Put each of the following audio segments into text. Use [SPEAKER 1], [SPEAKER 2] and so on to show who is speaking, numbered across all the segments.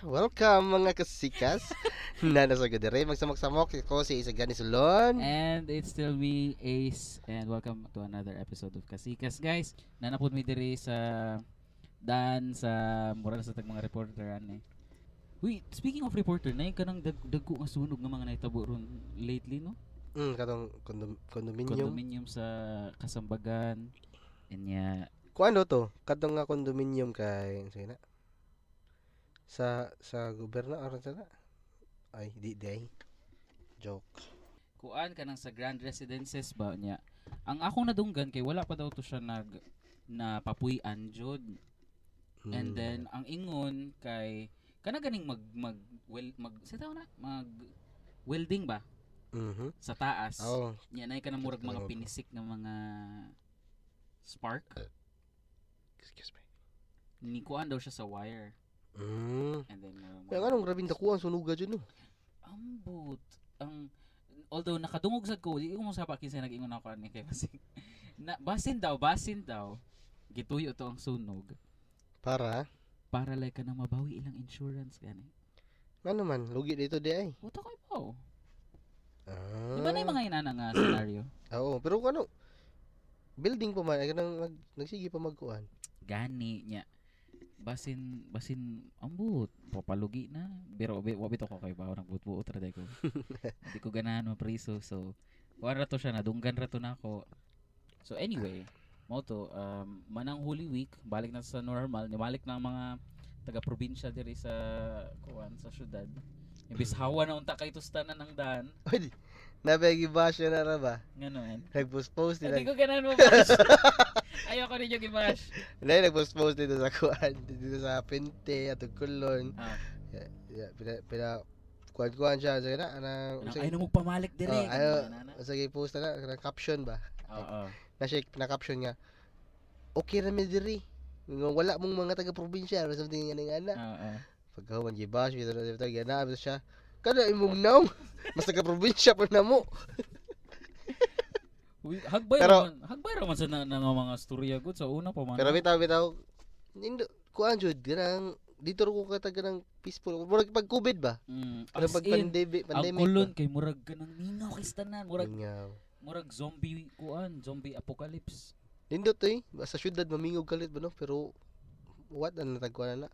[SPEAKER 1] Welcome mga kasikas na nasa gadere. Magsamok-samok ko si Isa Ganisulon.
[SPEAKER 2] And it's still me, Ace, and welcome to another episode of Kasikas. Guys, nanapod mi diri sa dan sa mura sa tag mga reporter ani. Uy, speaking of reporter, na ka nang dag- dagko nga sunog nga mga naitabo ron lately, no?
[SPEAKER 1] Mm, katong kondom, kondominyo.
[SPEAKER 2] Condominium sa Kasambagan. And yeah,
[SPEAKER 1] Kung ano to? Katong nga kondominium kay sige na. Sa sa gobyerno aron sa na. Ay, di di. ay. Joke.
[SPEAKER 2] kuan ka nang sa Grand Residences ba niya. Ang akong nadunggan kay wala pa daw to siya nag napapuy-an jud.
[SPEAKER 1] Mm.
[SPEAKER 2] And then ang ingon kay kana ganing mag mag wel, mag sa tao na mag welding ba
[SPEAKER 1] Mhm.
[SPEAKER 2] sa taas.
[SPEAKER 1] Oh,
[SPEAKER 2] Nya nay kana murag
[SPEAKER 1] Talaga
[SPEAKER 2] mga
[SPEAKER 1] ba?
[SPEAKER 2] pinisik ng mga spark
[SPEAKER 1] excuse me.
[SPEAKER 2] ni kuan daw siya sa wire
[SPEAKER 1] Mm.
[SPEAKER 2] and then murag-
[SPEAKER 1] Kaya nga nung grabing dakuha ang sunuga dyan no.
[SPEAKER 2] ambot ang although nakadungog sad ko di ko mo sapa kinsa nag-ingon ako ani kay basin na basin daw basin daw gituyo to ang sunog
[SPEAKER 1] Para.
[SPEAKER 2] para like ka na mabawi ilang insurance gani
[SPEAKER 1] Ano man, lugi dito di ay.
[SPEAKER 2] utak ko ibaw
[SPEAKER 1] Ah.
[SPEAKER 2] di ba na yung mga inana nga scenario
[SPEAKER 1] Oo, pero kung ano, building pa man, ay kanang nag, nagsige pa magkuhan.
[SPEAKER 2] gani nya basin basin ambot papalugi na pero wabi, wabi to ko kay ba nang butbuot ra day ko di ko ganahan mapriso so wala to siya nadunggan ra to nako so anyway mo to um, manang holy week balik na sa normal nibalik na ang mga taga probinsya diri sa kuan sa syudad imbis
[SPEAKER 1] Hmm.
[SPEAKER 2] hawa na unta kay tustanan ng daan
[SPEAKER 1] Oy, di- nabegi ba siya na ra ba?
[SPEAKER 2] nganoon
[SPEAKER 1] Nagpost-post
[SPEAKER 2] hindi
[SPEAKER 1] nila.
[SPEAKER 2] ko ganahan mo bash ayoko ninyo gibash
[SPEAKER 1] Dahil nagpost-post dito sa kuhan, dito sa pinte, at kulon.
[SPEAKER 2] Ah.
[SPEAKER 1] Yeah, yeah, pina, pina, kuhan-kuhan siya. Sige na, anang,
[SPEAKER 2] Anong-
[SPEAKER 1] sige,
[SPEAKER 2] ayaw na mo pamalik diri
[SPEAKER 1] Oh, ayaw.
[SPEAKER 2] Ganun na, na.
[SPEAKER 1] sige, post na na, kanang caption ba?
[SPEAKER 2] Oo.
[SPEAKER 1] Na siya, na-caption nga, okay ra mi diri. Nga Wala mong mga taga-probinsya, or something nga nga na.
[SPEAKER 2] Oo.
[SPEAKER 1] Pagkahuman gi bash, bitaw na bitaw, ganaab siya. Kada imong naong, mas taga-probinsya pa na mo.
[SPEAKER 2] Uy, hagbay
[SPEAKER 1] Pero-
[SPEAKER 2] raman, hagbay raman sa na, na, nga mga storya good sa una pa man.
[SPEAKER 1] Pero bitaw bitaw nindo kuan jud ganang dito ro ko kata ganang peaceful. Murag pag COVID ba?
[SPEAKER 2] mm,
[SPEAKER 1] Ano
[SPEAKER 2] as
[SPEAKER 1] pag
[SPEAKER 2] in,
[SPEAKER 1] pandemic
[SPEAKER 2] ang
[SPEAKER 1] pandemic.
[SPEAKER 2] kulon kay murag ganang ningaw kay
[SPEAKER 1] ba?
[SPEAKER 2] tanan, murag
[SPEAKER 1] Ingaw.
[SPEAKER 2] murag zombie kuan, zombie apocalypse.
[SPEAKER 1] Nindo to eh. Sa syudad mamingog kalit ba no pero what ang natagkuan na?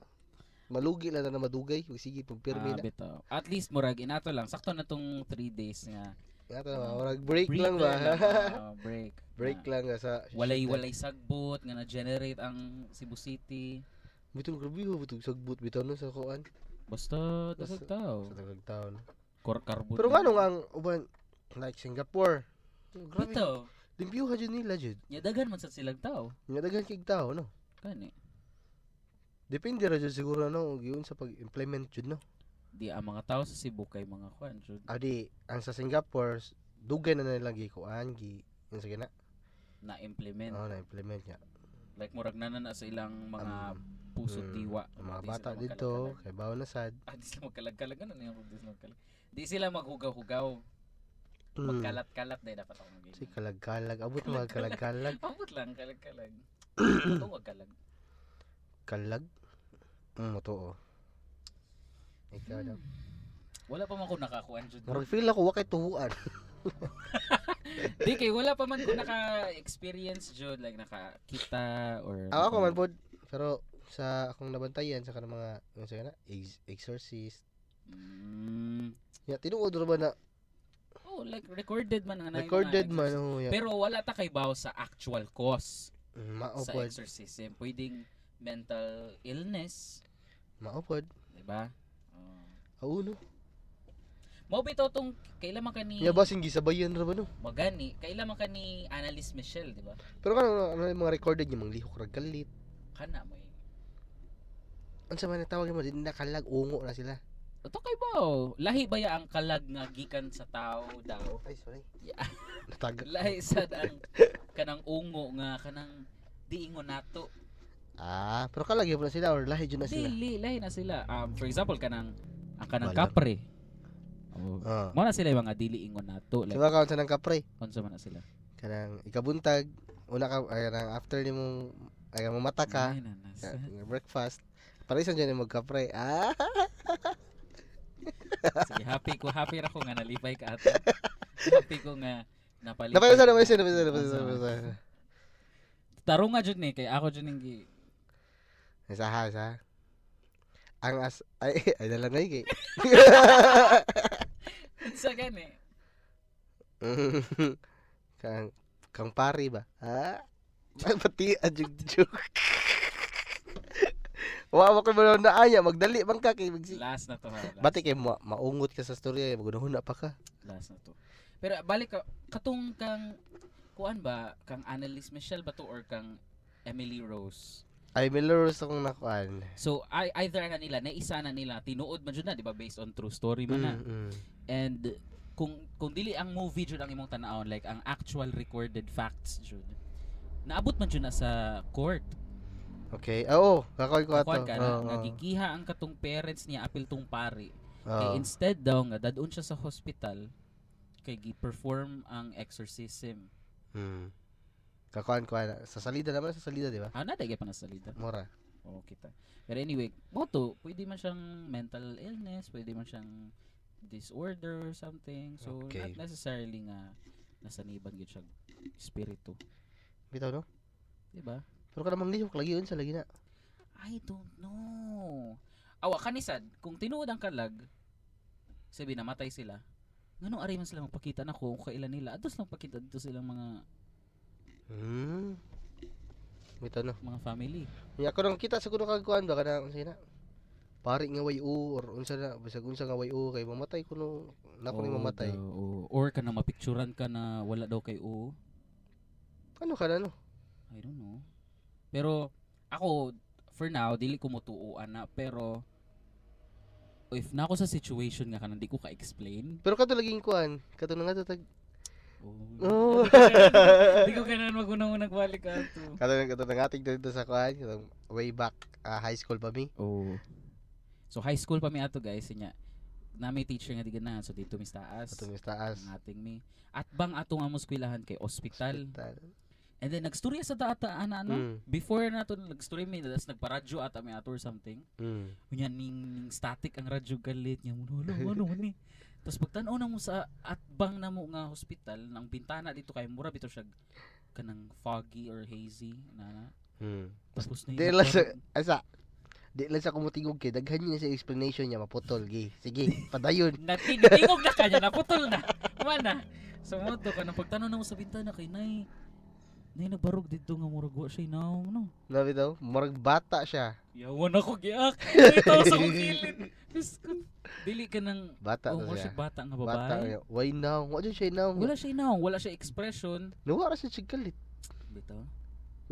[SPEAKER 1] Malugi lang na madugay, Huwag sige pag pirmi
[SPEAKER 2] Ah,
[SPEAKER 1] na.
[SPEAKER 2] bitaw. At least murag inato lang, sakto na tong 3 days nga.
[SPEAKER 1] Ingatan na ba? Murag break lang ba?
[SPEAKER 2] na lang, ah, break.
[SPEAKER 1] break
[SPEAKER 2] Ah,
[SPEAKER 1] lang nga sa
[SPEAKER 2] Walay walay sagbot nga na-generate ang Cebu City.
[SPEAKER 1] Bitong grabe ho bitong sagbot bitaw no kan. sa kuan
[SPEAKER 2] Basta dasag
[SPEAKER 1] Basta-
[SPEAKER 2] tao.
[SPEAKER 1] sa tagag taon.
[SPEAKER 2] Core carbon.
[SPEAKER 1] Pero ngano nga ang uban like Singapore. Grabe.
[SPEAKER 2] bitaw.
[SPEAKER 1] Limpyo ha jud nila jud.
[SPEAKER 2] Nya daghan man sa silang tao.
[SPEAKER 1] Nga daghan kig tao no.
[SPEAKER 2] Kani.
[SPEAKER 1] Depende ra dyan siguro no, yun sa pag-implement yun no.
[SPEAKER 2] Di ang mga tao sa Cebu kay mga kuan. jud.
[SPEAKER 1] Adi, ang sa Singapore, s- dugay na nilang gikuan, gi, yun sa gina.
[SPEAKER 2] na-implement.
[SPEAKER 1] Oo, na-implement niya.
[SPEAKER 2] Like murag na na sa ilang mga
[SPEAKER 1] Ang-
[SPEAKER 2] puso
[SPEAKER 1] mm,
[SPEAKER 2] diwa.
[SPEAKER 1] Ang mga
[SPEAKER 2] Di
[SPEAKER 1] bata
[SPEAKER 2] sila
[SPEAKER 1] dito,
[SPEAKER 2] magkalagkalag.
[SPEAKER 1] kay bawo na sad.
[SPEAKER 2] Ah, di sila magkalagkalag. Ano na yung di sila magkalag? Di sila maghugaw-hugaw.
[SPEAKER 1] Hmm. Mm.
[SPEAKER 2] Magkalat-kalat dahil dapat ako mag
[SPEAKER 1] Si kalag-kalag, abot mga kalag-kalag.
[SPEAKER 2] Pabot lang, kalag-kalag. Ito wag kalag.
[SPEAKER 1] Kalag? Mm, totoo. Ikaw
[SPEAKER 2] Hmm.
[SPEAKER 1] daw.
[SPEAKER 2] Wala pa man ko nakakuan jud.
[SPEAKER 1] Marag feel ako, wakay tuhuan.
[SPEAKER 2] Di kay wala pa man ko naka-experience jud like nakakita or
[SPEAKER 1] Ako ako man pod, pero sa akong nabantayan sa kanang mga, yun sa gina, ex- exorcist.
[SPEAKER 2] Mm.
[SPEAKER 1] Ya, tinuod ra ba na
[SPEAKER 2] Oh, like recorded man nga na yung mga
[SPEAKER 1] recorded man
[SPEAKER 2] exorcism.
[SPEAKER 1] oh, ya.
[SPEAKER 2] Pero wala ta kay baw sa actual cause.
[SPEAKER 1] Mm, Mao
[SPEAKER 2] sa
[SPEAKER 1] pod,
[SPEAKER 2] exorcism. Pwedeng mental illness,
[SPEAKER 1] mao pod.
[SPEAKER 2] di ba? Oh.
[SPEAKER 1] Oo, no.
[SPEAKER 2] Mao bitaw tong kailan man kani
[SPEAKER 1] Nga ba gisabayan ra ba no?
[SPEAKER 2] magani, kailan man kani analyst Michelle, di ba?
[SPEAKER 1] Pero kan, kano ano yung mga recorded yung mga lihok ra galit. Kan
[SPEAKER 2] Kana mo. eh.
[SPEAKER 1] Unsa man ang tawag mo din nakalag ungo na sila.
[SPEAKER 2] Uto kay ba? Lahi ba ya ang kalag nga gikan sa tao daw?
[SPEAKER 1] Ay sorry.
[SPEAKER 2] Yeah.
[SPEAKER 1] Natag.
[SPEAKER 2] Lahi sad ang kanang ungo nga kanang diingon nato.
[SPEAKER 1] Ah, pero kalag yun na sila or lahi jud na sila.
[SPEAKER 2] Dili, lahi na sila. Um, for example kanang ang kanang
[SPEAKER 1] Wala.
[SPEAKER 2] kapre. Oh.
[SPEAKER 1] Ah.
[SPEAKER 2] Mao na sila yung mga dili ingon nato.
[SPEAKER 1] Sa
[SPEAKER 2] Like,
[SPEAKER 1] mga kaunsa ng kapre,
[SPEAKER 2] unsa man na sila?
[SPEAKER 1] kanang ikabuntag, una ka ay kanang after nimo ay mo mata ka,
[SPEAKER 2] Ay, nanas.
[SPEAKER 1] ka- breakfast. Para isan dyan yung magkapre. Ah,
[SPEAKER 2] Sige, happy ko, happy ra ko nga nalipay ka ato. Happy ko nga napalipay.
[SPEAKER 1] Napayusa,
[SPEAKER 2] ka.
[SPEAKER 1] napayusa, napayusa, napayusa,
[SPEAKER 2] Unsa man.
[SPEAKER 1] napayusa.
[SPEAKER 2] Tarong nga jud ni kay ako jud ning gi-
[SPEAKER 1] Isa ha, isa. Ang as... Ay, ay dala na yung
[SPEAKER 2] unsa gani?
[SPEAKER 1] Kang... Kang pari ba? Ha? Ba- Pati ajugjug. Wa ko mo na aya magdali man ka kay magsi.
[SPEAKER 2] Last na to ha. Last,
[SPEAKER 1] Bati kay ma- maungot ka sa storya, magunahuna pa ka.
[SPEAKER 2] last na to. Pero balik ka katong kang kuan ba kang Annalise Michelle ba to or kang Emily Rose?
[SPEAKER 1] Ay, Melrose akong nakuan.
[SPEAKER 2] So I, either na nila, naisa na nila, tinuod man jud na, di ba, based on true story man na.
[SPEAKER 1] Mm, mm.
[SPEAKER 2] And kung kung dili ang movie jud ang imong tan-awon, like ang actual recorded facts jud. Naabot man jud na sa court.
[SPEAKER 1] Okay. Ah, Oo, kakoy ko ato.
[SPEAKER 2] Kuan ka na,
[SPEAKER 1] Oo, oo.
[SPEAKER 2] nagigiha ang katong parents niya apil tong pari. Kay
[SPEAKER 1] Oo.
[SPEAKER 2] instead daw nga dadun siya sa hospital kay gi-perform ang exorcism.
[SPEAKER 1] Hmm. Kakuan ko na. Sa salida naman, sa salida, di ba?
[SPEAKER 2] Ah, na pa na salida.
[SPEAKER 1] Mura.
[SPEAKER 2] Oo, kita. Pero anyway, mo to, pwede man siyang mental illness, pwede man siyang disorder or something. So,
[SPEAKER 1] Okay.
[SPEAKER 2] not necessarily nga nasaniban gyud siya espiritu, Diba?
[SPEAKER 1] Bitaw, no?
[SPEAKER 2] 'di ba?
[SPEAKER 1] Pero ka namang lihok lagi yun sa lagi na.
[SPEAKER 2] I don't know. Awa kanisad, kung tinuod ang kalag, sabi namatay sila. Nganong ari man sila magpakita na kung kailan nila. Atos lang pakita dito silang mga
[SPEAKER 1] Hmm. Bitaw, no?
[SPEAKER 2] mga family.
[SPEAKER 1] May ako nang kita siguro kagkuan ba kana unsa na. Pari nga way o or unsa na bisag unsa nga way o kay mamatay kuno na kuno
[SPEAKER 2] Oo
[SPEAKER 1] mamatay.
[SPEAKER 2] daw, oo. Or ka na mapicturan ka na wala daw kay oo.
[SPEAKER 1] Ano ka na no?
[SPEAKER 2] I don't know. Pero ako for now dili ko motuoan na pero if na ako sa situation nga kanang di ko ka-explain.
[SPEAKER 1] Pero kato laging kuan, kato na nga tatag.
[SPEAKER 2] Oh.
[SPEAKER 1] Oh.
[SPEAKER 2] di ko kanan magunang nagbalik ka to.
[SPEAKER 1] kato na kato na nga tigda dito sa kuan, katong way back ah, high school pa mi.
[SPEAKER 2] Oh. So high school pa mi ato guys inya. Na may teacher nga di ganahan so dito mis taas.
[SPEAKER 1] Kato mi sa taas.
[SPEAKER 2] Ang ating mi. At bang ato nga moskwilahan kay ospital.
[SPEAKER 1] Hospital.
[SPEAKER 2] And then nagstorya sa data ana ano.
[SPEAKER 1] Mm.
[SPEAKER 2] Before nato nagstorya mi das nagparadyo ata mi ato or something.
[SPEAKER 1] Mm.
[SPEAKER 2] Kunya ning, ning static ang radyo galit niya mo ano ni. Tapos pagtan-aw na mo sa atbang na mo nga hospital nang bintana dito kay mura bito siya kanang foggy or hazy na na.
[SPEAKER 1] Mm.
[SPEAKER 2] Tapos na
[SPEAKER 1] Di
[SPEAKER 2] yung
[SPEAKER 1] lang sa-
[SPEAKER 2] parang-
[SPEAKER 1] Asa? Di lang sa kumutingog kay daghan niya sa explanation niya maputol gi. Sige, padayon.
[SPEAKER 2] Natinigog na kanya, naputol na. Wala. So, mo to ka nang pagtanaw na mo sa bintana kay Nay. Nay nagbarog dito nga murag wa siya now, no.
[SPEAKER 1] Nabi daw, murag bata siya.
[SPEAKER 2] Yawan ako giak. Ito sa kong kilid. Diyos ko. Dili ka nang
[SPEAKER 1] Bata
[SPEAKER 2] oh,
[SPEAKER 1] daw
[SPEAKER 2] wala
[SPEAKER 1] siya.
[SPEAKER 2] siya bata nga
[SPEAKER 1] Bata.
[SPEAKER 2] babae.
[SPEAKER 1] niya. Why now? Wa jud siya now.
[SPEAKER 2] Wala siya now, wala siya expression.
[SPEAKER 1] Nawara siya chigkalit.
[SPEAKER 2] Bitaw.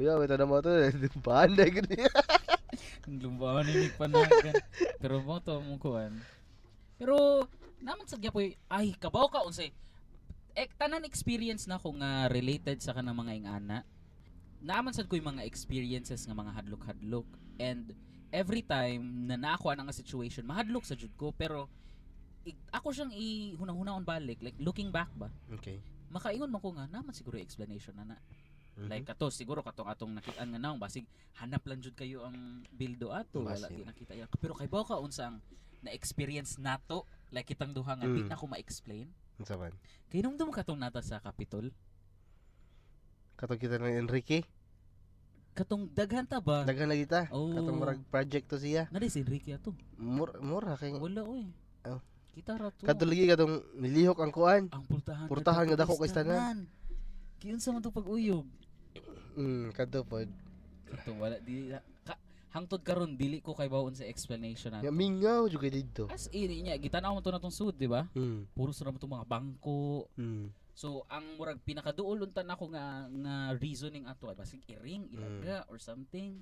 [SPEAKER 1] Kuya, may tanong mo ito. Paan na gani.
[SPEAKER 2] Ang lumbawan ni Nick Panagan. Pero mo to mong kuan. Pero naman sa gyapoy ay kabaw ka unsay. Ek tanan experience na ko nga related sa kanang mga ingana. Naman sad ko yung mga experiences nga mga hadlok-hadlok and every time na naako na nga situation mahadlok sa jud ko pero i- ako siyang ihunahunahon balik like looking back ba
[SPEAKER 1] Okay.
[SPEAKER 2] makaingon man ko nga naman siguro yung explanation na na Like
[SPEAKER 1] Mm-hmm.
[SPEAKER 2] ato siguro katong atong nakitaan nga naong basig hanap lang jud kayo ang bildo ato wala
[SPEAKER 1] Basin.
[SPEAKER 2] di nakita iya. Pero kay ka unsang na experience nato like kitang duha nga di
[SPEAKER 1] Mm.
[SPEAKER 2] na ko ma-explain.
[SPEAKER 1] Ang saman.
[SPEAKER 2] Kay nung dumo katong nata sa Capitol,
[SPEAKER 1] Katong kita ng Enrique.
[SPEAKER 2] katong daghan ta ba?
[SPEAKER 1] Daghan na kita.
[SPEAKER 2] oh.
[SPEAKER 1] Katong murag project to siya.
[SPEAKER 2] na di si Enrique ato.
[SPEAKER 1] Mur mura kay
[SPEAKER 2] Wala oy.
[SPEAKER 1] Oh.
[SPEAKER 2] Kita ra to.
[SPEAKER 1] Katong lagi katong nilihok ang kuan.
[SPEAKER 2] ang pultahan.
[SPEAKER 1] Pultahan nga dako kay
[SPEAKER 2] Kiyon sa man to pag-uyog.
[SPEAKER 1] Mm, kadto pod.
[SPEAKER 2] Katong wala di ka, hangtod karon dili ko kay bawon sa explanation
[SPEAKER 1] Nga
[SPEAKER 2] nato.
[SPEAKER 1] mingaw jud kay didto.
[SPEAKER 2] As ini niya gitanaw mo to natong sud, di ba?
[SPEAKER 1] Mm.
[SPEAKER 2] Puro sa naman itong mga bangko,
[SPEAKER 1] Mm.
[SPEAKER 2] So ang murag pinakaduol unta nako nga nga reasoning ato ay basig iring
[SPEAKER 1] Mm.
[SPEAKER 2] ilaga or something.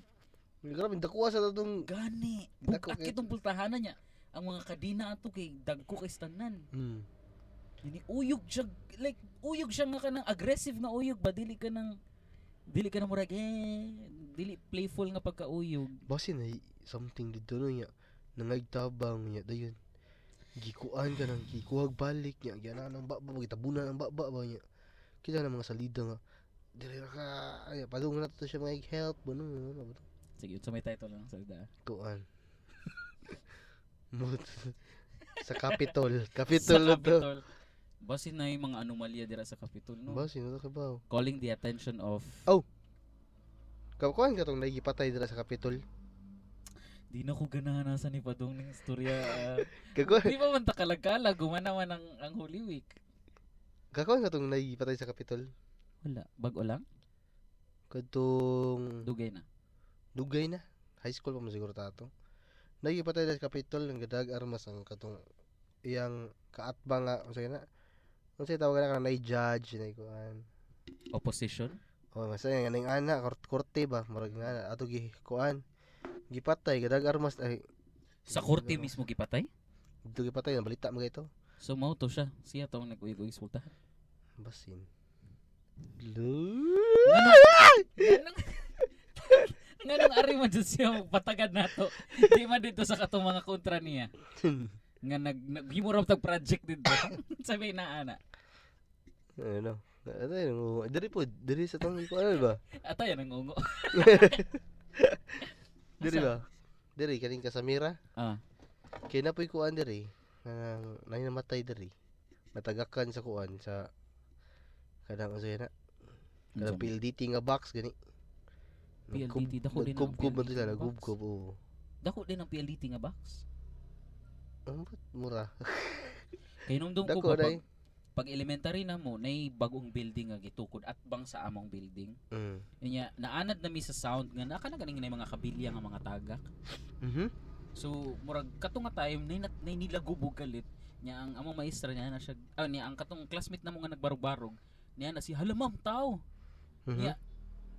[SPEAKER 1] Grabe dakuha sa tatong
[SPEAKER 2] Gani.
[SPEAKER 1] Dako
[SPEAKER 2] Bukak
[SPEAKER 1] kay-
[SPEAKER 2] itong pultahanan niya. Ang mga kadina ato kay dagko kay stanan.
[SPEAKER 1] mm.
[SPEAKER 2] Dili uyog siya like uyog siya nga kanang aggressive nga uyog ba dili ka nang dili ka na murag eh dili playful nga pagkauyog.
[SPEAKER 1] Basi na something didto no niya. Nangagtabang niya dayon. Gikuan ka nang gikuhag balik niya. Gyana nang bakba gitabunan ang bakba ba niya. Kita na mga salida nga. Dili ra ka ay padung na to siya mga help buno ano ba to?
[SPEAKER 2] Sige, unsa may title lang sa da.
[SPEAKER 1] kuan. Mood. sa Capitol. Capitol na to.
[SPEAKER 2] Basin na yung mga anomalya dira sa Capitol, no?
[SPEAKER 1] Ba, sino to kabaw?
[SPEAKER 2] Calling the attention of...
[SPEAKER 1] Oh. Kakuan ka tong nagipatay dira sa Capitol.
[SPEAKER 2] Di na ko ganahan nasa ni Padong ng istorya. ah.
[SPEAKER 1] Kakuan,
[SPEAKER 2] Di ba man takalagkala, gumana man ang, ang Holy Week.
[SPEAKER 1] kakuan ka tong nagipatay sa Capitol.
[SPEAKER 2] Wala. Bago lang?
[SPEAKER 1] Kadtong
[SPEAKER 2] Dugay na.
[SPEAKER 1] dugay na. ah. High school pa mo siguro tato. Nagipatay dira sa Capitol ng gadag armas ang katong iyang kaatba nga unsay na. Unsay tawag na kanang judge na kuan.
[SPEAKER 2] Opposition?
[SPEAKER 1] Oh, masaya nga ning ana kort- korte ba murag nga ana ato gi kuan. Gipatay gadag armas eh. ay
[SPEAKER 2] Sa
[SPEAKER 1] Hindi
[SPEAKER 2] korte
[SPEAKER 1] na-
[SPEAKER 2] mismo gipatay?
[SPEAKER 1] dito gipatay na balita mga ito.
[SPEAKER 2] So, mao to siya. Siya tong nag-uigo isulta.
[SPEAKER 1] Basin. Lu.
[SPEAKER 2] Nga nung ari man dyan siya magpatagad na to. Di man dito sa katong mga kontra niya. Nga nag, nag himurap tag project dito. Sabi na ana.
[SPEAKER 1] ano? Ano yun? oo. Dari po, dari sa tong ko ano ba?
[SPEAKER 2] Ato yan ang ungo.
[SPEAKER 1] Dari ba? Dari kaning kasamira.
[SPEAKER 2] Ah,
[SPEAKER 1] Kay na po'y kuan dari na nang namatay dari. Natagakan sa kuan sa kadang unsay na kada
[SPEAKER 2] unsa mo?
[SPEAKER 1] PLDT nga box gani.
[SPEAKER 2] PLDT, dako din ang
[SPEAKER 1] Nagkubkub man
[SPEAKER 2] PLDT
[SPEAKER 1] sila,
[SPEAKER 2] nga box.
[SPEAKER 1] nagkubkub. oo.
[SPEAKER 2] Dako din ang PLDT nga box.
[SPEAKER 1] Ang ba't mura.
[SPEAKER 2] Kay nung doon ko
[SPEAKER 1] Dako
[SPEAKER 2] ba,
[SPEAKER 1] dai.
[SPEAKER 2] pag, pag elementary na mo, nay bagong building nga gitukod at bang sa among building.
[SPEAKER 1] Mm.
[SPEAKER 2] Inya, naanad na mi sa sound nga naka na ganing na yung mga kabilya nga mga tagak.
[SPEAKER 1] Mhm.
[SPEAKER 2] So murag katong nga time nay, nat- nay nilagubog galit nya ang among maestra niya na siya ah, niya ang katong classmate namo nga nagbarog-barog niya na si hala ma'am tao.
[SPEAKER 1] Mhm.
[SPEAKER 2] Yeah.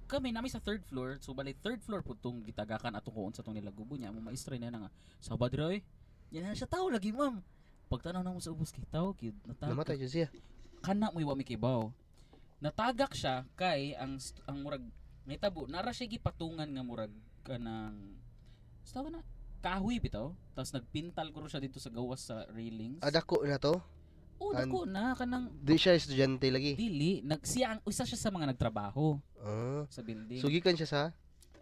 [SPEAKER 2] Kami nami sa third floor so balay third floor po tong gitagakan atong kuon sa tong nilagubo niya among maestra niya na nga sabad raw eh. Niya na siya tao lagi ma'am. Pagtanaw namo sa ubos kay tao kid
[SPEAKER 1] Namatay
[SPEAKER 2] natagak
[SPEAKER 1] jud siya.
[SPEAKER 2] kana mo iwa mi kibaw. Natagak siya kay ang st- ang murag nahitabo nara siya gipatungan nga murag kanang Sawa na kahoy bitaw tapos nagpintal ko siya dito sa gawas sa railings.
[SPEAKER 1] Ah, dako na to.
[SPEAKER 2] oh, dako na kanang
[SPEAKER 1] Di siya estudyante lagi.
[SPEAKER 2] dili nagsiya ang isa siya sa mga nagtrabaho
[SPEAKER 1] Ah.
[SPEAKER 2] sa building
[SPEAKER 1] So gikan siya sa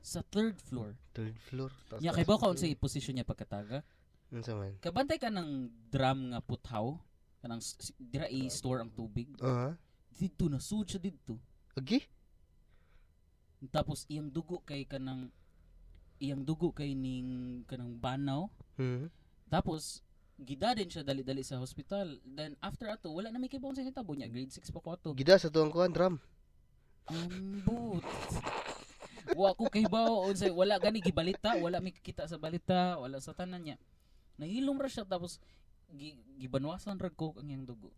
[SPEAKER 2] sa third floor.
[SPEAKER 1] third floor. Taas,
[SPEAKER 2] Nya kay ka unsay position niya pagkataga?
[SPEAKER 1] Unsa man?
[SPEAKER 2] Kabantay ka ng drum nga puthaw kanang s- s- dira i-store ang tubig.
[SPEAKER 1] Ah.
[SPEAKER 2] Dito na sud siya dito.
[SPEAKER 1] Agi?
[SPEAKER 2] Tapos iyang dugo kay kanang iyang dugo kay ning kanang banaw.
[SPEAKER 1] Mhm.
[SPEAKER 2] Tapos gida din siya dali-dali sa hospital. Then after ato wala na may kibawon sa tabo niya. Grade 6 pa ko ato.
[SPEAKER 1] Gida sa tuang kuan drum.
[SPEAKER 2] Ambot. Wa ko kay bawo unsay wala gani gibalita, wala mi kita sa balita, wala sa tanan niya. Nahilom ra siya tapos gi, gibanwasan ra ko ang iyang dugo.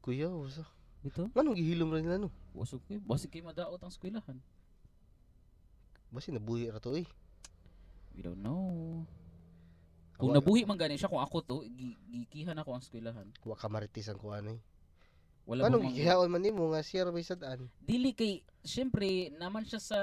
[SPEAKER 1] Kuya, usa.
[SPEAKER 2] Bito?
[SPEAKER 1] Ano gihilom ra nila no?
[SPEAKER 2] Wasok kay basi kay madaot ang eskwelahan.
[SPEAKER 1] Basi nabuhi ra to eh.
[SPEAKER 2] We don't know. Kung
[SPEAKER 1] Awa-
[SPEAKER 2] nabuhi man gani siya kung ako to, gi- gikihan ako ang eskwelahan.
[SPEAKER 1] wa ka maritis ang kuan eh.
[SPEAKER 2] Wala
[SPEAKER 1] Ano
[SPEAKER 2] bang mga-
[SPEAKER 1] gigihaon man nimo nga siya ra may sad-an?
[SPEAKER 2] Dili kay syempre naman siya sa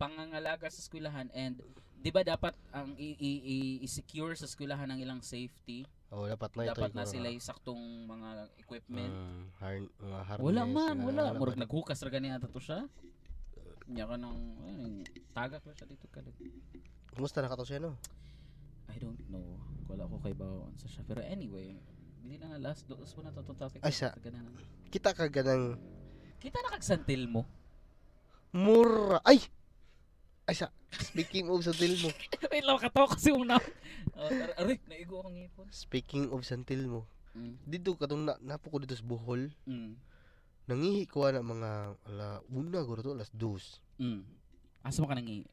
[SPEAKER 2] pangangalaga sa eskwelahan and 'di ba dapat ang i- i- i- i-secure sa eskwelahan ang ilang safety?
[SPEAKER 1] Oh, dapat na ito.
[SPEAKER 2] dapat
[SPEAKER 1] yung
[SPEAKER 2] na
[SPEAKER 1] mga-
[SPEAKER 2] sila yung saktong mga equipment.
[SPEAKER 1] Mm, har- mga harness, ah,
[SPEAKER 2] wala man,
[SPEAKER 1] yung
[SPEAKER 2] wala.
[SPEAKER 1] mga-
[SPEAKER 2] Murag naghukas ra gani ata to siya. Nya ka nang ay, tagak lang siya dito kalit.
[SPEAKER 1] Kumusta na ka to siya no?
[SPEAKER 2] I don't know. Wala ko kay baon sa siya. Pero anyway, hindi na nga last dos mo na to tong topic.
[SPEAKER 1] Ay, siya.
[SPEAKER 2] Ganun na.
[SPEAKER 1] Kita ka ganang
[SPEAKER 2] Kita na kag santil mo.
[SPEAKER 1] mura. Ay. Ay sa speaking of santil mo.
[SPEAKER 2] Wait lang, katawa kasi una. Oh, tar- aray, naigo akong ngipon.
[SPEAKER 1] Speaking of santil mo.
[SPEAKER 2] Mm.
[SPEAKER 1] Dito katong na, napo ko dito sa Bohol.
[SPEAKER 2] Mm.
[SPEAKER 1] Nangihi ko na mga ala una guro to alas 2.
[SPEAKER 2] Mm. Asa mo ka nang i-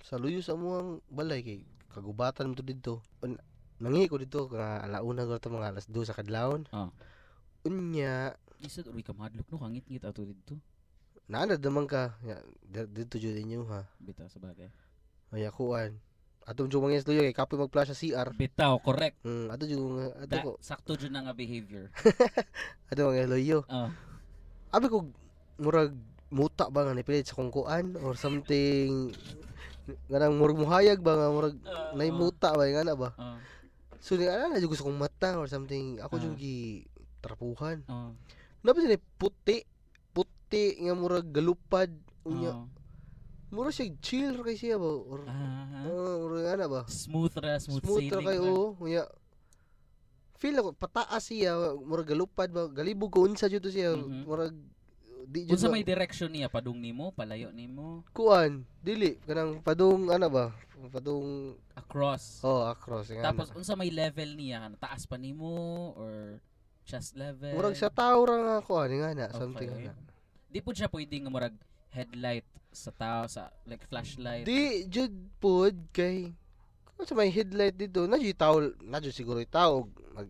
[SPEAKER 1] sa luyo sa muang balay kay kagubatan mo to dito Un- nangi ko dito nga alauna ko to mga alas 2 sa kadlawon
[SPEAKER 2] Ah.
[SPEAKER 1] unya
[SPEAKER 2] Isod, uy, kamadlok no, kangit-ngit ato dito.
[SPEAKER 1] naanad naman ka Ya, di- dito jud inyo ha
[SPEAKER 2] Bitaw sa bagay.
[SPEAKER 1] ay kuan atong jud mangyas luyo kay kapoy magpla sa CR
[SPEAKER 2] Bitaw, correct.
[SPEAKER 1] mm ato jud nga ato
[SPEAKER 2] Da,
[SPEAKER 1] ko
[SPEAKER 2] sakto dyan na nga behavior.
[SPEAKER 1] ato mangyas luyo
[SPEAKER 2] Ah.
[SPEAKER 1] abi ko murag muta ba nga nipilit sa kungkuan or something ganang murag muhayag ba nga murag
[SPEAKER 2] Ah,
[SPEAKER 1] nay
[SPEAKER 2] ah.
[SPEAKER 1] muta ba nga na ba
[SPEAKER 2] Ah,
[SPEAKER 1] so ni ana na jud gusto kong mata or something ako
[SPEAKER 2] Ah.
[SPEAKER 1] jud gi trapuhan
[SPEAKER 2] ah,
[SPEAKER 1] eh, Napa ni puti, puti nga murag galupad unya.
[SPEAKER 2] ah.
[SPEAKER 1] Mura siya chill ra kay siya ba or
[SPEAKER 2] Ah,
[SPEAKER 1] Oo, mura nga na ba?
[SPEAKER 2] smooth ra, smooth,
[SPEAKER 1] Smooth ra
[SPEAKER 2] sailing.
[SPEAKER 1] kay
[SPEAKER 2] ra.
[SPEAKER 1] oo. Unya. Feel ako pataas siya, mura galupad ba, galibog ko unsa jud to siya,
[SPEAKER 2] Mhm.
[SPEAKER 1] mura di jud
[SPEAKER 2] Unsa
[SPEAKER 1] ba-
[SPEAKER 2] may direction niya padung nimo, palayo nimo,
[SPEAKER 1] kuan, dili kanang padung ana ba? Padung
[SPEAKER 2] across.
[SPEAKER 1] oh across nga.
[SPEAKER 2] Tapos
[SPEAKER 1] ana.
[SPEAKER 2] unsa may level niya, Kanang taas pa nimo or chest level.
[SPEAKER 1] murag sa tao ra nga kuan nga na, something
[SPEAKER 2] eh, Okay.
[SPEAKER 1] ana.
[SPEAKER 2] Di pud siya pwedeng nga murag headlight sa tao sa like flashlight.
[SPEAKER 1] Di jud pod kay kung sa may headlight dito, na jud tao, na jud siguro yung tao mag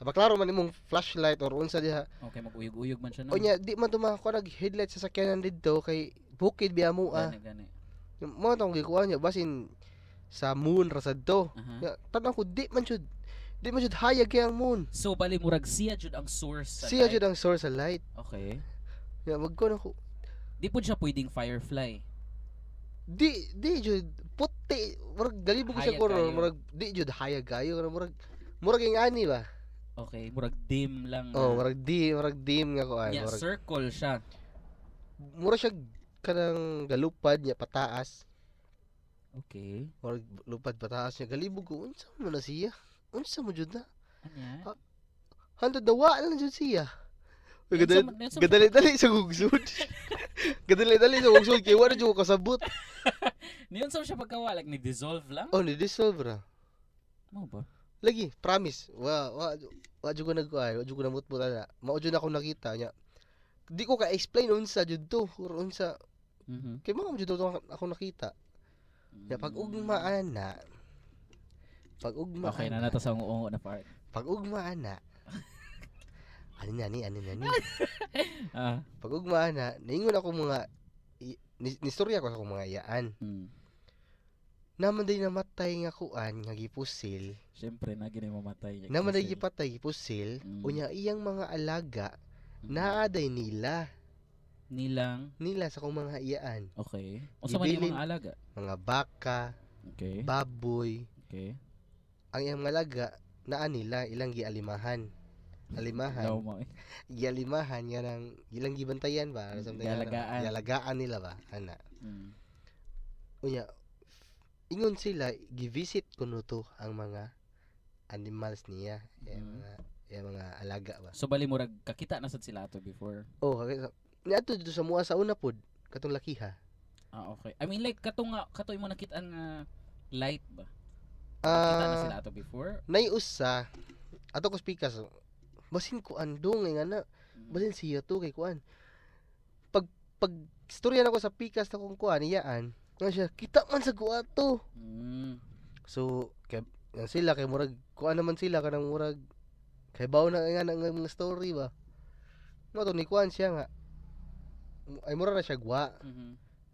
[SPEAKER 1] Abaklaro man imong flashlight or unsa diha.
[SPEAKER 2] Okay, mag-uyog-uyog man siya
[SPEAKER 1] O
[SPEAKER 2] no.
[SPEAKER 1] nya, di man tumako nag headlight sa sakyanan dito kay bukid biya mo ah.
[SPEAKER 2] Gani, gani.
[SPEAKER 1] Yung Mga tong gikuha niya basin sa moon ra sad to.
[SPEAKER 2] Aha.
[SPEAKER 1] Nya, Tanaw ko di man jud di man jud hayag kay ang moon.
[SPEAKER 2] So bali murag siya jud ang source sa
[SPEAKER 1] Siya
[SPEAKER 2] light.
[SPEAKER 1] jud ang source sa light.
[SPEAKER 2] Okay.
[SPEAKER 1] Nya magko ako.
[SPEAKER 2] Di pud siya pwedeng firefly.
[SPEAKER 1] Di di jud puti murag galibog ko sa
[SPEAKER 2] Hayag kayo.
[SPEAKER 1] kuro murag di jud hayag kayo Kanang murag murag yung ani ba.
[SPEAKER 2] Okay, murag dim lang.
[SPEAKER 1] Oh,
[SPEAKER 2] na-
[SPEAKER 1] murag di murag dim nga ko ay.
[SPEAKER 2] Yeah,
[SPEAKER 1] Murag
[SPEAKER 2] circle siya.
[SPEAKER 1] mura siya kanang galupad niya pataas.
[SPEAKER 2] Okay.
[SPEAKER 1] Murag lupad pataas niya galibog ko. Unsa mo na siya? Unsa mo jud na?
[SPEAKER 2] Anya?
[SPEAKER 1] Ah, Handa dawa lang jud siya. Uy, kada
[SPEAKER 2] Unsa man- unsa man-
[SPEAKER 1] Gadali-dali sa gugsod. Gadali-dali sa gugsod kay wala jud ko kasabot.
[SPEAKER 2] Niyon sa siya pagkawa like ni dissolve lang.
[SPEAKER 1] Oh, ni dissolve ra.
[SPEAKER 2] Mo ba?
[SPEAKER 1] Lagi, promise. Wa wa wa jud ko nagkuay, wa jud ko namutmut ana. Mao jud ako nakita nya. Di ko ka explain unsa jud to or unsa
[SPEAKER 2] Mhm.
[SPEAKER 1] kay mao jud to ako nakita. Ya pag ugmaan na. Pag ugmaan.
[SPEAKER 2] Okay na nato sa ungo na part.
[SPEAKER 1] Pag ugmaan na. Ano na ni, ano na ni.
[SPEAKER 2] Ah.
[SPEAKER 1] Pag ugmaan na, naingon ako mga i- ni, nistorya ko sa akong mga iyaan.
[SPEAKER 2] Mm.
[SPEAKER 1] naman day namatay nga kuan nga gipusil
[SPEAKER 2] Syempre na gini mamatay.
[SPEAKER 1] naman day gipatay gipusil
[SPEAKER 2] Mm.
[SPEAKER 1] unya iyang mga alaga
[SPEAKER 2] Mhm.
[SPEAKER 1] naaday nila
[SPEAKER 2] nilang.
[SPEAKER 1] nila sa kung mga iyaan
[SPEAKER 2] Okay. Unsa man yung
[SPEAKER 1] Gibilin.
[SPEAKER 2] mga alaga?
[SPEAKER 1] mga baka
[SPEAKER 2] Okay.
[SPEAKER 1] baboy
[SPEAKER 2] Okay.
[SPEAKER 1] ang iyang mga alaga naa nila ilang gialimahan alimahan
[SPEAKER 2] Daw mo eh.
[SPEAKER 1] gialimahan nga nang ilang gibantayan ba Or something nga na-
[SPEAKER 2] Gialagaan.
[SPEAKER 1] gialagaan nila ba ana
[SPEAKER 2] Mm.
[SPEAKER 1] unya ingon sila givisit kuno to ang mga animals niya iyang
[SPEAKER 2] Mhm.
[SPEAKER 1] mga iyang mga alaga ba
[SPEAKER 2] So bali murag kakita na sad sila ato before.
[SPEAKER 1] Oh, kaya niadto dito sa mua sa una pod katong lakiha.
[SPEAKER 2] Ah okay. I mean like katong nga katoy mo nakita nga light ba? Kita na
[SPEAKER 1] Ah,
[SPEAKER 2] sila ato before.
[SPEAKER 1] naiusa ato ko speakas. Basin ko andong nga na.
[SPEAKER 2] Mm.
[SPEAKER 1] Basin siya to kay kuan. Pag pag storya nako sa pikas na kung kuan iyaan. Nga siya kita man sa kuan to.
[SPEAKER 2] Mm.
[SPEAKER 1] So kay nga sila kay murag kuan naman sila kanang murag kay baw na nga nga mga story ba. Mo to ni kuan siya nga. Ay mura na siya gwa.
[SPEAKER 2] Mhm.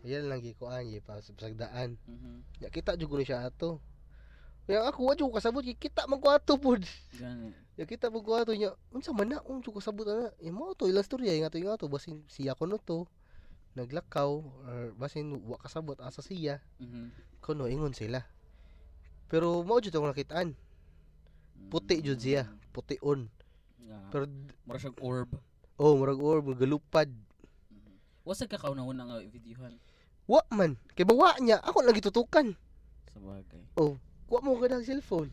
[SPEAKER 1] Ayan lang gikuan gi pa sa sagdaan.
[SPEAKER 2] Mhm.
[SPEAKER 1] Ya, kita jud ko ni siya ato. Ya ako wa jud ko kasabot kay kita man ko ato pod.
[SPEAKER 2] Gani.
[SPEAKER 1] Ya kita man ko ato nya. Unsa man na um jud ko kasabot ana. Ya mao to ilang storya nga ato nga ato basin siya ko no to. Naglakaw or basin wa kasabot asa siya.
[SPEAKER 2] Mhm.
[SPEAKER 1] Kuno ingon sila. Pero mao jud ako nakitaan. Puti jud siya.
[SPEAKER 2] Mm.
[SPEAKER 1] Puti on.
[SPEAKER 2] Yeah.
[SPEAKER 1] Pero d-
[SPEAKER 2] Mura siyang orb.
[SPEAKER 1] oh murag or galupad.
[SPEAKER 2] Wasag ka kauna-una nga videohan
[SPEAKER 1] Wa man. Kay bawa niya ako lang gitutukan.
[SPEAKER 2] sa bagay.
[SPEAKER 1] Wa mo ka ng cellphone.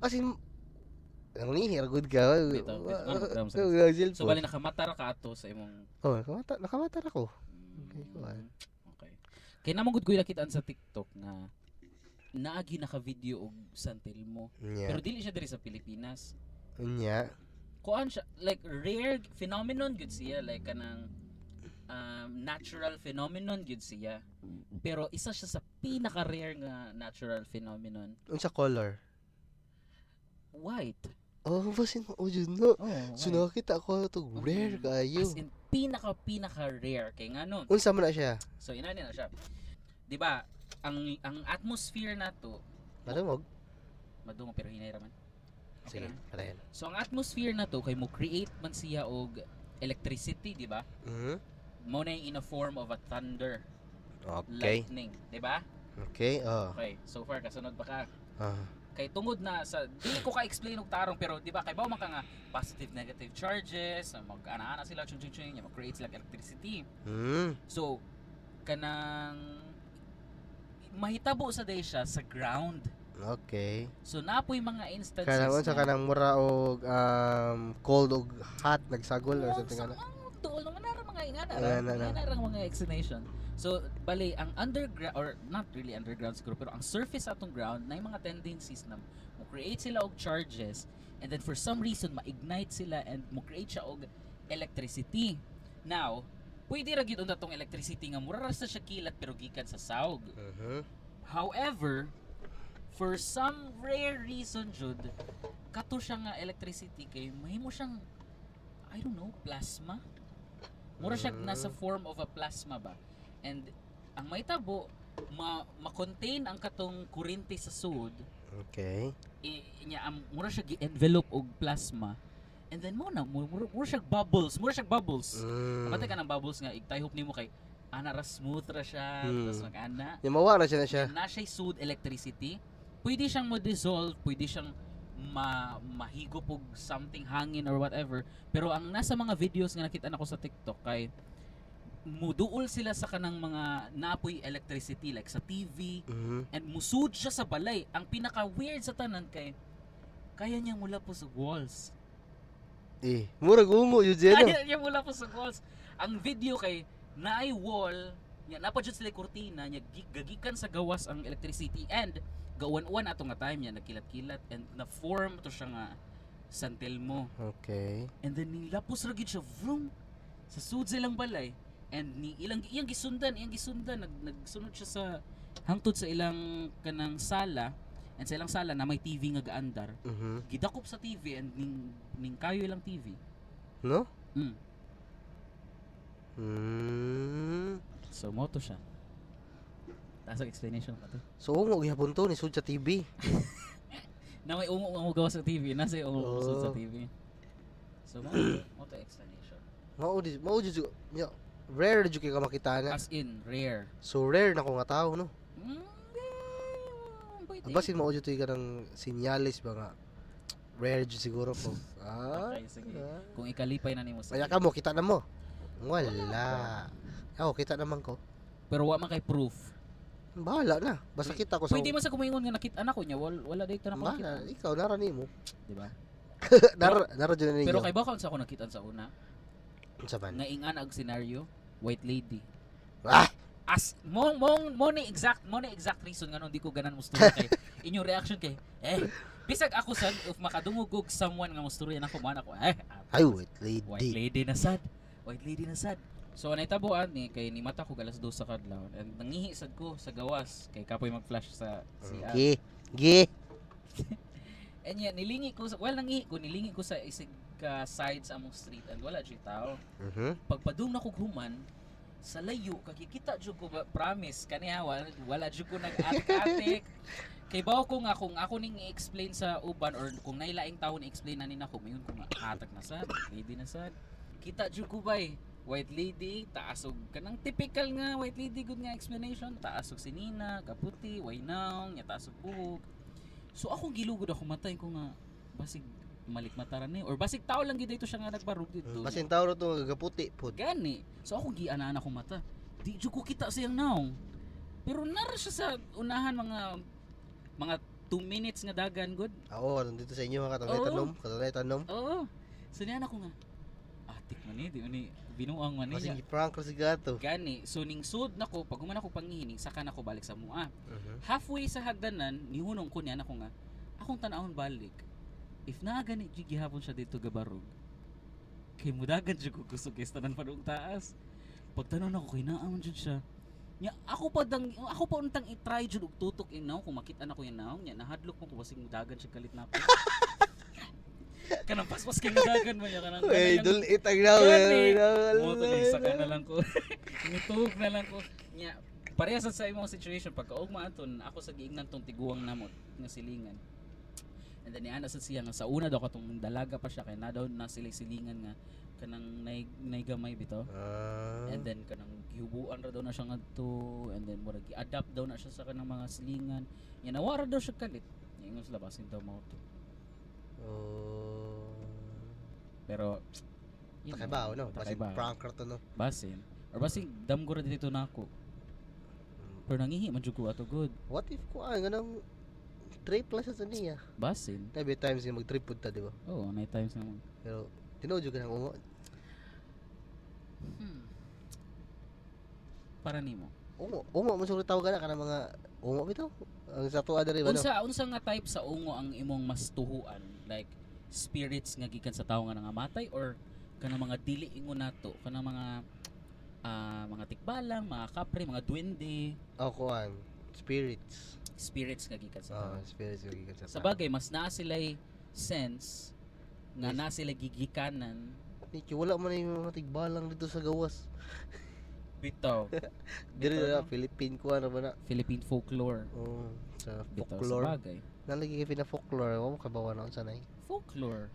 [SPEAKER 1] As in ang nihir good ka.
[SPEAKER 2] Bitaw, bitaw. Ano ba drama sa-
[SPEAKER 1] Wa- wa- wa-
[SPEAKER 2] So
[SPEAKER 1] cellphone.
[SPEAKER 2] bali nakamatara ka ato sa imong
[SPEAKER 1] Oh, nakamata, nakamata na ko.
[SPEAKER 2] Mm,
[SPEAKER 1] Okay, go on.
[SPEAKER 2] Okay. Kaya namang gud ko nakitaan sa TikTok nga naagi naka-video og San Telmo. Pero
[SPEAKER 1] Nya.
[SPEAKER 2] dili siya diri sa Pilipinas.
[SPEAKER 1] Nya.
[SPEAKER 2] Kuan siya like rare phenomenon gud siya like kanang um, natural phenomenon gud siya. Pero isa siya sa pinaka-rare nga natural phenomenon.
[SPEAKER 1] Unsa color?
[SPEAKER 2] White.
[SPEAKER 1] Oh, basin mo jud no.
[SPEAKER 2] Oh, white.
[SPEAKER 1] So nakakita ko to rare
[SPEAKER 2] Mhm.
[SPEAKER 1] kayo.
[SPEAKER 2] As in, pinaka, pinaka rare. Kaya nga nun.
[SPEAKER 1] Unsa man na siya?
[SPEAKER 2] So, inani na siya. Di ba, ang, ang atmosphere na to,
[SPEAKER 1] Malamog.
[SPEAKER 2] madungo pero hinay raman. Okay
[SPEAKER 1] Sige,
[SPEAKER 2] lang.
[SPEAKER 1] patayan.
[SPEAKER 2] So, ang atmosphere na to, kay mo create man siya og electricity, di ba?
[SPEAKER 1] Mhm.
[SPEAKER 2] Mo na yung in a form of a thunder,
[SPEAKER 1] Okay.
[SPEAKER 2] lightning, di ba?
[SPEAKER 1] Okay. Oh.
[SPEAKER 2] Okay, so far, kasunod ba ka?
[SPEAKER 1] Ah.
[SPEAKER 2] Kay tungod na sa, dili ko ka-explain og tarong, pero di ba, kay ba maka nga positive, negative charges, mag-ana-ana sila, chung chung chung, create sila og electricity.
[SPEAKER 1] Hmm.
[SPEAKER 2] So, kanang mahitabo sa day siya sa ground.
[SPEAKER 1] Okay.
[SPEAKER 2] So napoy mga instances.
[SPEAKER 1] Kanang unsa
[SPEAKER 2] nga-
[SPEAKER 1] kanang mura og um, cold og hot nagsagol or
[SPEAKER 2] Kuwang
[SPEAKER 1] something
[SPEAKER 2] sa
[SPEAKER 1] ana.
[SPEAKER 2] mga Tuol nga narang mga ah. inana
[SPEAKER 1] Wala na, na.
[SPEAKER 2] ra. Inana mga explanation. So bali ang underground or not really underground siguro pero ang surface atong ground na mga tendencies na mo create sila og charges and then for some reason ma-ignite sila and mo create siya og electricity. Now, pwede ra gyud unta tong electricity nga mura ra sa siya kilat pero gikan sa sawg.
[SPEAKER 1] Mhm.
[SPEAKER 2] However, for some rare reason, Jud, kato siya nga electricity kay mahimo siyang, I don't know, plasma? Mura siya
[SPEAKER 1] Mm.
[SPEAKER 2] nasa form of a plasma ba? And ang mahitabo, ma ma-contain ang katong kurente sa sud,
[SPEAKER 1] Okay.
[SPEAKER 2] i, niya am mura siya gi-envelope og plasma. And then mo na mu- mura, mura siya bubbles, mura siya bubbles.
[SPEAKER 1] Mm.
[SPEAKER 2] Matay ka ng bubbles nga igtayhop nimo kay ana ra smooth ra siya,
[SPEAKER 1] Mm.
[SPEAKER 2] tapos mag-ana
[SPEAKER 1] Yung mawa na siya na siya.
[SPEAKER 2] na siya'y sued electricity, pwede siyang mo-dissolve, pwede siyang ma mahigop og something hangin or whatever. Pero ang nasa mga videos nga nakita nako sa TikTok kay muduol sila sa kanang mga napoy electricity like sa TV
[SPEAKER 1] Mhm.
[SPEAKER 2] and musud siya sa balay. Ang pinaka weird sa tanan kay kaya niya mula po sa walls.
[SPEAKER 1] Eh, murag ungo yun siya no.
[SPEAKER 2] Kaya niya mula po sa walls. Ang video kay naay wall, niya napadyot sila yung kurtina, niya gi- gagikan sa gawas ang electricity and gawan-uwan ato nga time niya nagkilat-kilat and na form to siya nga San Telmo.
[SPEAKER 1] Okay.
[SPEAKER 2] And then nilapos ra gyud siya vroom sa sud sa ilang balay and ni ilang iyang gisundan, iyang gisundan nag nagsunod siya sa hangtod sa ilang kanang sala and sa ilang sala na may TV nga gaandar.
[SPEAKER 1] Mhm.
[SPEAKER 2] Gidakop sa TV and ning ning kayo ilang TV.
[SPEAKER 1] No?
[SPEAKER 2] Mm.
[SPEAKER 1] Mm.
[SPEAKER 2] So, moto siya. Taas ang explanation ko to.
[SPEAKER 1] So ungo gihapon to ni sud sa TV.
[SPEAKER 2] Na may ungo-ungo gawa sa TV. Nasa yung ungo
[SPEAKER 1] Oo.
[SPEAKER 2] sa TV. So, moto, moto explanation.
[SPEAKER 1] Mao di mao jud jud- ya, Rare jud kay ka makita na.
[SPEAKER 2] As in, rare.
[SPEAKER 1] So rare na ko nga tao no.
[SPEAKER 2] Mm, eh, pwede.
[SPEAKER 1] Basin mao jud to ka ng sinyalis ba nga. Rare jud siguro ko. Ah.
[SPEAKER 2] Okay, sige.
[SPEAKER 1] ah.
[SPEAKER 2] Kung ikalipay na ni mo sa
[SPEAKER 1] Kaya ka mo kita na mo. Wala. Ako kita naman ko.
[SPEAKER 2] Pero wa man kay proof.
[SPEAKER 1] Bahala na. Basta kita ko sa
[SPEAKER 2] Hmm. Pwede man sa kumingon nga nakita na ko niya. Wala, wala dito na ko.
[SPEAKER 1] Bahala. Ikaw nara nimo.
[SPEAKER 2] Di ba?
[SPEAKER 1] Nara nara jud ninyo.
[SPEAKER 2] Pero kay baka sa ako nakita sa una.
[SPEAKER 1] sa man.
[SPEAKER 2] Nga ingan ang scenario, white lady.
[SPEAKER 1] Ah!
[SPEAKER 2] as mo mo mo ni exact mo ni exact reason nga di ko ganan mustorya kay inyong reaction kay eh bisag ako sad if makadungog og someone nga mustorya nako man ako eh
[SPEAKER 1] Ay wait,
[SPEAKER 2] white
[SPEAKER 1] lady.
[SPEAKER 2] lady na sad white lady na sad so anay tabuan ni kay ni mata ko alas 2 sa kadlaw and nangihi sad ko sa gawas kay kapoy mag-flash sa CR
[SPEAKER 1] Gi. Gi.
[SPEAKER 2] and yan nilingi ko sa well nangihi ko nilingi ko sa isig ka sides among street and wala jud tao
[SPEAKER 1] Mhm.
[SPEAKER 2] pagpadung na kog human sa layo kakikita jud ko ba- promise kaniya wala, wala jud ko nag-atik kay bawo ko nga kung ako ning i-explain sa uban or kung nailaing taon i-explain na nina ko mayon ko nga atag na sad lady na sad kita jud ko bay white lady taasog kanang typical nga white lady good nga explanation taasog si Nina kaputi waynaw nya taasog buhok so ako gilugod ako matay ko nga basig malikmataran ni or basig tao lang gid dito siya nga nagbarog dito
[SPEAKER 1] Basin tao ra to gagaputi pod.
[SPEAKER 2] gani so ako gianaan ako mata di jud ko kita siyang naong pero nara siya sa unahan mga mga 2 minutes nga dagan good
[SPEAKER 1] Oo, nandito sa inyo mga katanay
[SPEAKER 2] Oo.
[SPEAKER 1] tanom, katanay tanom.
[SPEAKER 2] oo so niyan ako nga atik man ni di ni binuang man
[SPEAKER 1] Basin
[SPEAKER 2] niya
[SPEAKER 1] giprank ko si gato.
[SPEAKER 2] gani so ning sud nako pag human ako pangihining saka nako balik sa mua
[SPEAKER 1] Mhm.
[SPEAKER 2] halfway sa hagdanan nihunong ko niya ako nga akong tanahon balik if naa gani jud gihapon siya dito gabarog kay mudagan jud ko gusto kay tanan pa doong taas pagtanon ako kay naamon jud siya nya ako pa dang ako pa untang i-try jud og tutok inaw kung makita na ko yung naong nya nahadlok mo ko basig mudagan siya kalit na ako kanang paspas kay mudagan man niya kanang
[SPEAKER 1] Uy,
[SPEAKER 2] kanang-
[SPEAKER 1] dulit ang daw.
[SPEAKER 2] Gani.
[SPEAKER 1] eh, daw-
[SPEAKER 2] mo to isa ka
[SPEAKER 1] eh.
[SPEAKER 2] na lang ko. Ngitog na lang ko. Nya, parehas sa imong situation pagkaugma aton ako sa giingnan tong tiguang namot nga silingan. And then niana sa siya nga sa una daw katong dalaga pa siya kay na daw na sila silingan nga kanang nay naygamay bitaw.
[SPEAKER 1] Ah.
[SPEAKER 2] And then kanang gihubuan ra daw na siya ngadto and then murag gi-adapt daw na siya sa kanang mga silingan. Nya nawara daw siya kalit. Nya ingon sila basin daw mao to.
[SPEAKER 1] Oh.
[SPEAKER 2] Pero yun na,
[SPEAKER 1] Takaibaw, no? Basin
[SPEAKER 2] takaibaw.
[SPEAKER 1] prank ra to, no?
[SPEAKER 2] Basin. Or basin damgo ra dito na ako.
[SPEAKER 1] Mm,
[SPEAKER 2] Pero nangihi man jud ko ato good.
[SPEAKER 1] What if kuan ganang trip lang sa niya?
[SPEAKER 2] Basin.
[SPEAKER 1] Tabi times yung mag-trip punta, di ba?
[SPEAKER 2] Oo, oh, night times naman.
[SPEAKER 1] Pero tinuod yung ganang ungo.
[SPEAKER 2] Hmm. Para nimo.
[SPEAKER 1] Ungo, ungo, masulit tawag ka na kanang mga ungo bitaw. Ang sa tuwa na rin, ano?
[SPEAKER 2] Unsa unsa nga type sa ungo ang imong mas tuhuan? Like spirits nga gikan sa tawo nga nangamatay or kanang mga dili ingon nato, kanang mga ah, mga tikbalang, mga kapre, mga duwende,
[SPEAKER 1] Oh, kuan. Spirits.
[SPEAKER 2] spirits nga gikan sa
[SPEAKER 1] Ah,
[SPEAKER 2] tawo.
[SPEAKER 1] spirits yung gikan sa
[SPEAKER 2] Sa
[SPEAKER 1] tao.
[SPEAKER 2] bagay mas naa sila'y sense nga naa sila gigikanan
[SPEAKER 1] Niki, wala man na yung mga tigbalang dito sa gawas.
[SPEAKER 2] bitaw
[SPEAKER 1] Diri
[SPEAKER 2] Bitaw,
[SPEAKER 1] na,
[SPEAKER 2] no?
[SPEAKER 1] Philippine kuan na ba na?
[SPEAKER 2] Philippine folklore
[SPEAKER 1] Oh, sa
[SPEAKER 2] bitaw sa
[SPEAKER 1] folklore.
[SPEAKER 2] bagay.
[SPEAKER 1] Nalagi kay pina folklore, wa mo kabawa na sa nay.
[SPEAKER 2] Folklore.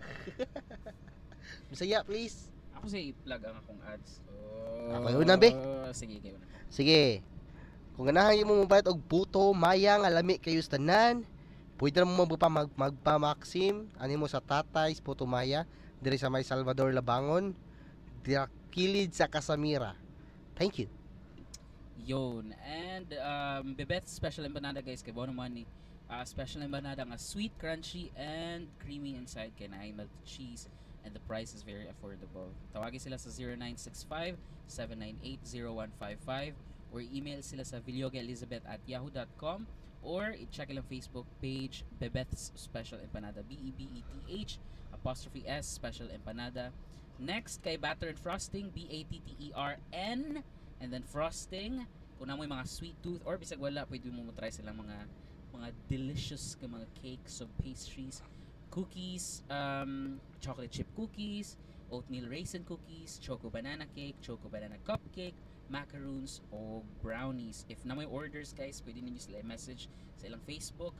[SPEAKER 1] Bisaya, please.
[SPEAKER 2] Ako sa i-plug ang akong ads. Oh,
[SPEAKER 1] Ako yung una, be.
[SPEAKER 2] Sige, kayo na.
[SPEAKER 1] Sige. Kung ganahan mo mong bayad og puto, maya nga lami kayo sa tanan, pwede na mo magpa mag, magpamaksim ani mo sa Tatay sa Puto Maya diri sa May Salvador Labangon, dira kilid sa Casamira. Thank you.
[SPEAKER 2] Yun. And um, Bebet's special empanada guys kay Bono Money. Uh, special empanada nga sweet, crunchy, and creamy inside kay naay melt cheese. And the price is very affordable. Tawagin sila sa 0965-798-0155 or email sila sa villogaelizabeth at yahoo.com or i-check ilang Facebook page Bebeth's Special Empanada E B-E-B-E-T-H apostrophe S Special Empanada Next kay Batter and Frosting B-A-T-T-E-R-N E and then frosting kung na mo yung mga sweet tooth or bisag wala pwede mo mo try silang mga mga delicious ka mga cakes of pastries cookies um, chocolate chip cookies oatmeal raisin cookies choco banana cake choco banana cupcake macaroons o brownies if na mo yung orders guys pwede ninyo sila message sa ilang Facebook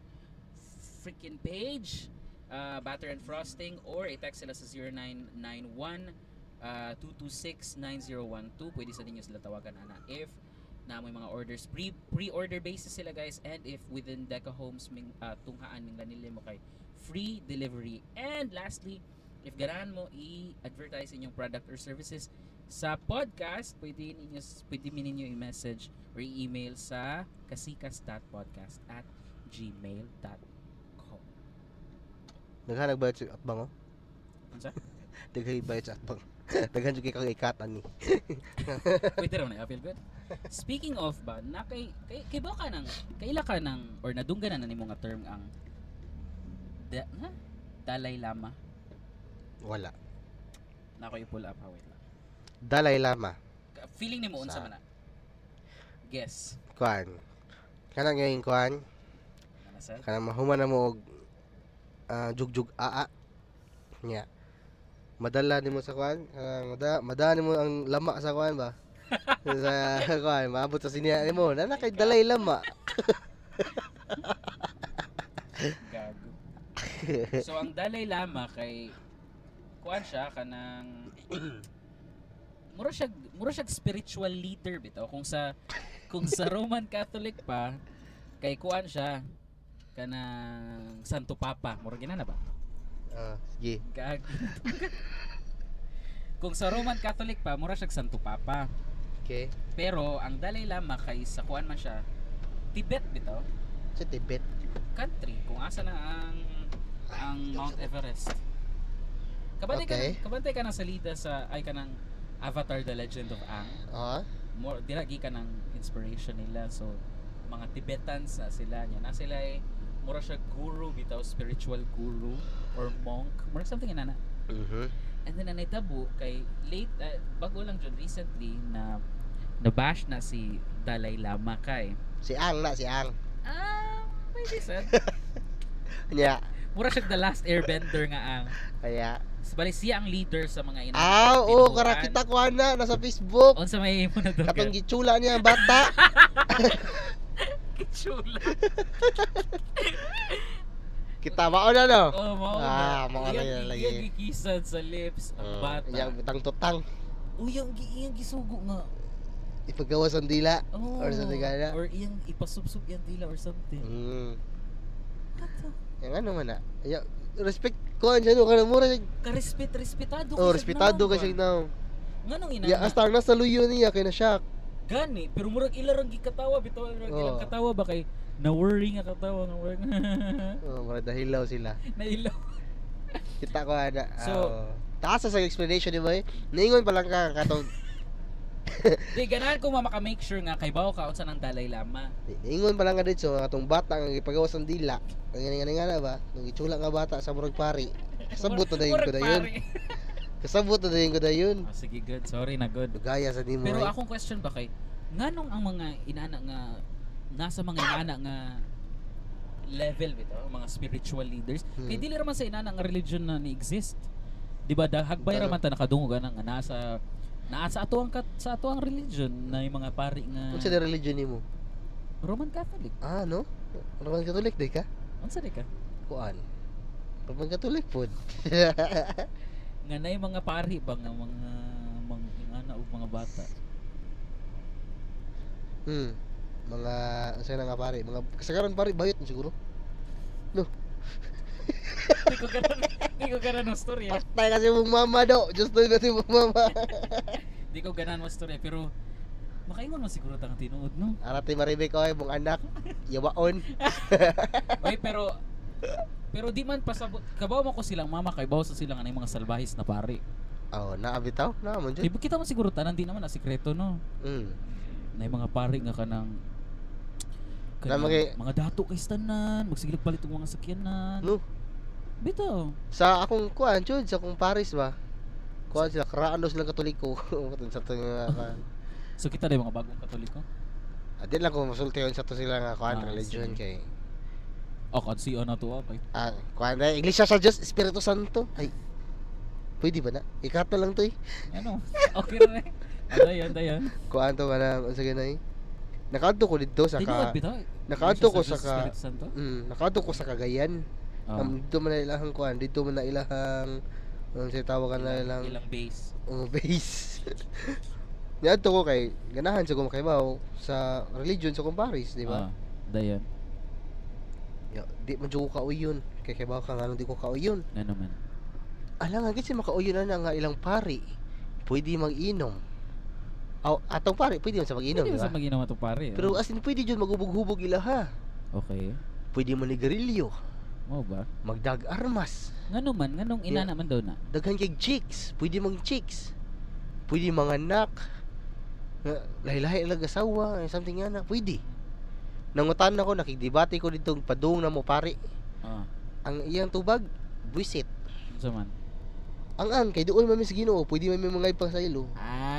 [SPEAKER 2] freaking page uh, Batter and Frosting or i-text sila sa 0991 uh, 226-9012. Pwede sa ninyo sila tawagan ana if na may mga orders pre pre-order basis sila guys and if within Deca Homes ming uh, tunghaan ming lanilin mo kay free delivery and lastly if ganahan mo i-advertise inyong product or services sa podcast pwede ninyo pwede mi ninyo i-message or i-email sa kasikas.podcast at gmail.com
[SPEAKER 1] Naghanag bayad sa atbang oh.
[SPEAKER 2] Unsa?
[SPEAKER 1] Daghan bayad sa atbang. Daghan jud kay kang ikatan ni.
[SPEAKER 2] Wait, tara na, I feel good. Speaking of ba, na kay, kay, kay ba ka nang, kaila ka nang, or nadunggan na na nimo nga term ang, da, ha? Dalai Lama.
[SPEAKER 1] Wala.
[SPEAKER 2] Na ako i-pull up, ha, wait lang.
[SPEAKER 1] Dalai Lama.
[SPEAKER 2] Ka- Feeling ni mo unsa
[SPEAKER 1] Sa-
[SPEAKER 2] man na. Guess.
[SPEAKER 1] Kuan. Kanang ngayon kuan,
[SPEAKER 2] Ano sa?
[SPEAKER 1] kanang mahuman na mo og ah, jugjug Ya. aa nya. Madala nimo sa kuan, kanang mada, madala nimo ang lama sa kuan ba? sa kuan, maabot sa sinya nimo. Nana kay Dalai Lama.
[SPEAKER 2] Gago. so, ang Dalai Lama kay, kuan siya, kanang, mura siya, mura siya spiritual leader bitaw kung sa kung sa Roman Catholic pa kay kuan siya kanang Santo Papa mura ginana ba
[SPEAKER 1] Ah, sige.
[SPEAKER 2] Gag. Kung sa Roman Catholic pa, mura siya Santo Papa.
[SPEAKER 1] Okay.
[SPEAKER 2] Pero ang Dalai Lama kay sa kuan man siya, Tibet bitaw,
[SPEAKER 1] Sa Tibet.
[SPEAKER 2] country kung asa na ang ang Mount Everest. Kabantay
[SPEAKER 1] Okay.
[SPEAKER 2] ka kabantay ka ng salida sa ay kanang Avatar the Legend of Aang.
[SPEAKER 1] Ah,
[SPEAKER 2] More diragi ka ng inspiration nila so mga Tibetans na sila niya na sila ay mura siya guru bitaw spiritual guru or monk mura something inana
[SPEAKER 1] Mhm.
[SPEAKER 2] And then ang nahitabo kay late uh, bago lang dyan recently na nabash na si Dalai Lama kay.
[SPEAKER 1] Si Ang na, si Ang.
[SPEAKER 2] Ah, pwede sad.
[SPEAKER 1] Nya.
[SPEAKER 2] Mura siya the last airbender nga ang.
[SPEAKER 1] Kaya.
[SPEAKER 2] Sabali siya ang leader sa mga ina.
[SPEAKER 1] Ah, oo, kara kita kuan na nasa Facebook.
[SPEAKER 2] Unsa may imo na dog.
[SPEAKER 1] Katong gitsula niya ang bata.
[SPEAKER 2] Kichula.
[SPEAKER 1] Kita mao na no.
[SPEAKER 2] Oh, mao.
[SPEAKER 1] Ah, mao na yun lagi.
[SPEAKER 2] Iya gikisan sa lips ang
[SPEAKER 1] Uh,
[SPEAKER 2] bata.
[SPEAKER 1] yang tang tutang
[SPEAKER 2] Uy, ang gi- iyang gisugo nga.
[SPEAKER 1] ipagawas ang dila.
[SPEAKER 2] Oh,
[SPEAKER 1] Or something like that.
[SPEAKER 2] Or iyang ipasubsob yang dila or something.
[SPEAKER 1] Mm.
[SPEAKER 2] What the-
[SPEAKER 1] Yang ano man na. Ayaw, respect ko ang dyan. Kaya mura siya.
[SPEAKER 2] Ka-respet, respetado
[SPEAKER 1] Oh, respetado ka siya
[SPEAKER 2] na.
[SPEAKER 1] na.
[SPEAKER 2] Nga nung ina.
[SPEAKER 1] Ya,
[SPEAKER 2] nga.
[SPEAKER 1] hasta ang nasa luyo niya. Kaya na shock.
[SPEAKER 2] gani pero murag ila ra gikatawa bitaw ra
[SPEAKER 1] Oo.
[SPEAKER 2] ilang katawa ba kay na worry nga katawa nga worry
[SPEAKER 1] Oh, mura dahilaw sila.
[SPEAKER 2] na ilaw
[SPEAKER 1] Kita ko ada. Oh.
[SPEAKER 2] So-
[SPEAKER 1] So, taas sa explanation di ba? eh? Niingon pa lang ka katong
[SPEAKER 2] di ganahan ko mama ka make sure nga kay bawo ka unsa nang Dalay Lama
[SPEAKER 1] Ingon pa lang ka dito, mga tong bata nga gipagawas ng dila. Ang ganing nga na ba? Nung gitsula nga bata sa murag pari. Kasabot na dayon ko
[SPEAKER 2] Murag
[SPEAKER 1] dayon.
[SPEAKER 2] pare.
[SPEAKER 1] Kasabot na dayon ko dayon.
[SPEAKER 2] Ah, sige good sorry na good
[SPEAKER 1] Dugaya sa nimo.
[SPEAKER 2] Pero
[SPEAKER 1] ay.
[SPEAKER 2] akong question ba kay nganong ang mga inana nga nasa mga inana nga level bitaw ang mga spiritual leaders
[SPEAKER 1] Hmm.
[SPEAKER 2] kay dili ra man sa inana nga religion na ni-exist. Di ba dahagbay ra man ta nakadungog ana nga nasa naa sa ato ang kat, sa ato ang religion na yung mga pari nga
[SPEAKER 1] Unsa na religion nimo?
[SPEAKER 2] Roman Catholic.
[SPEAKER 1] Ah, no? Roman Catholic di ka?
[SPEAKER 2] Unsa di ka?
[SPEAKER 1] Kuan. Roman Catholic pod.
[SPEAKER 2] Nga na yung mga pari ba nga mga mga inana og mga bata.
[SPEAKER 1] hmm. Mga unsa na nga pare? Mga kasagaran pare bayot na siguro.
[SPEAKER 2] Di ko karan di ko karan ang ah. storya.
[SPEAKER 1] Patay kasi mong mama do. Just do kasi mong mama.
[SPEAKER 2] Di ko ganan mo storya pero makaingon man siguro tang tinuod no.
[SPEAKER 1] Arati maribay ko ay mong anak. Yawaon.
[SPEAKER 2] Oy, pero pero di man pasabot kabaw mo ko silang mama kay bawa sa silang anay mga salbahis na pare.
[SPEAKER 1] Oh, naabitaw na man
[SPEAKER 2] Di
[SPEAKER 1] jud.
[SPEAKER 2] ba kita man siguro tanan di naman na sikreto no.
[SPEAKER 1] Mm.
[SPEAKER 2] Na yung mga pare nga kanang
[SPEAKER 1] Tama
[SPEAKER 2] kanang
[SPEAKER 1] kay-
[SPEAKER 2] mga dato kay stanan, magsigilag palit ang mga sakyanan.
[SPEAKER 1] No.
[SPEAKER 2] Bitaw.
[SPEAKER 1] Sa akong kuan jud, sa akong Paris ba. Kuan sila kraanos lang katoliko. Matun sa tong mga kuan.
[SPEAKER 2] So kita na yung mga bagong katoliko.
[SPEAKER 1] Adin lang ko masulti yun sa to sila nga kuan
[SPEAKER 2] Ah,
[SPEAKER 1] religion kay.
[SPEAKER 2] sige. O kon si ano to kay.
[SPEAKER 1] Ah, kuan na Iglesia sa Dios Espiritu Santo. Ay. Pwede ba na? Ikat na lang to eh.
[SPEAKER 2] Ano? Okay ra na. Ano Adayon, adayon.
[SPEAKER 1] Kuan to ba na sa ganay. Nakaadto ko dito sa
[SPEAKER 2] Tinuod
[SPEAKER 1] ka
[SPEAKER 2] bitaw.
[SPEAKER 1] nakaadto ko sa
[SPEAKER 2] Diyos
[SPEAKER 1] ka-
[SPEAKER 2] Espiritu Santo.
[SPEAKER 1] Mm, nakaadto ko sa Cagayan.
[SPEAKER 2] Oh.
[SPEAKER 1] Um, dito man na ilahang kuan, dito man na ilahang ano siya tawagan na
[SPEAKER 2] ilang,
[SPEAKER 1] ilang
[SPEAKER 2] ilang base.
[SPEAKER 1] Oh, base. Niadto ko kay ganahan sa kumakaibaw sa religion sa kumparis, di ba?
[SPEAKER 2] Ah, dayon.
[SPEAKER 1] Ya, di man jud ko kauyon. Kay kaibaw ka nga lang di ko kauyon.
[SPEAKER 2] Nga naman.
[SPEAKER 1] Ala nga gid si makauyon na nga ilang pari. Pwede mag-inom. Aw, atong pari pwede man sa mag-inom,
[SPEAKER 2] Hindi
[SPEAKER 1] di
[SPEAKER 2] ba sa
[SPEAKER 1] ba?
[SPEAKER 2] maginawa to pare?
[SPEAKER 1] Diba?
[SPEAKER 2] ah.
[SPEAKER 1] Pero ah. as in pwede jud magubog-hubog ila ha.
[SPEAKER 2] Okay.
[SPEAKER 1] Pwede man nigarilyo,
[SPEAKER 2] Mao ba?
[SPEAKER 1] magdag armas,
[SPEAKER 2] Ngano man, nganong ina
[SPEAKER 1] Yeah.
[SPEAKER 2] naman daw na.
[SPEAKER 1] daghan kay chicks, pwede mang chicks. Pwede mga anak. Nga, Lahi-lahi lang asawa, eh, something nga na, pwede. Nangutan ako, nakigdibate ko dito, padung na mo pare.
[SPEAKER 2] Ah,
[SPEAKER 1] Ang iyang tubag, buisit.
[SPEAKER 2] unsa man?
[SPEAKER 1] Ang ang, kay doon mami sa ginoo, pwede mami mga ipang sa ilo.
[SPEAKER 2] Ah,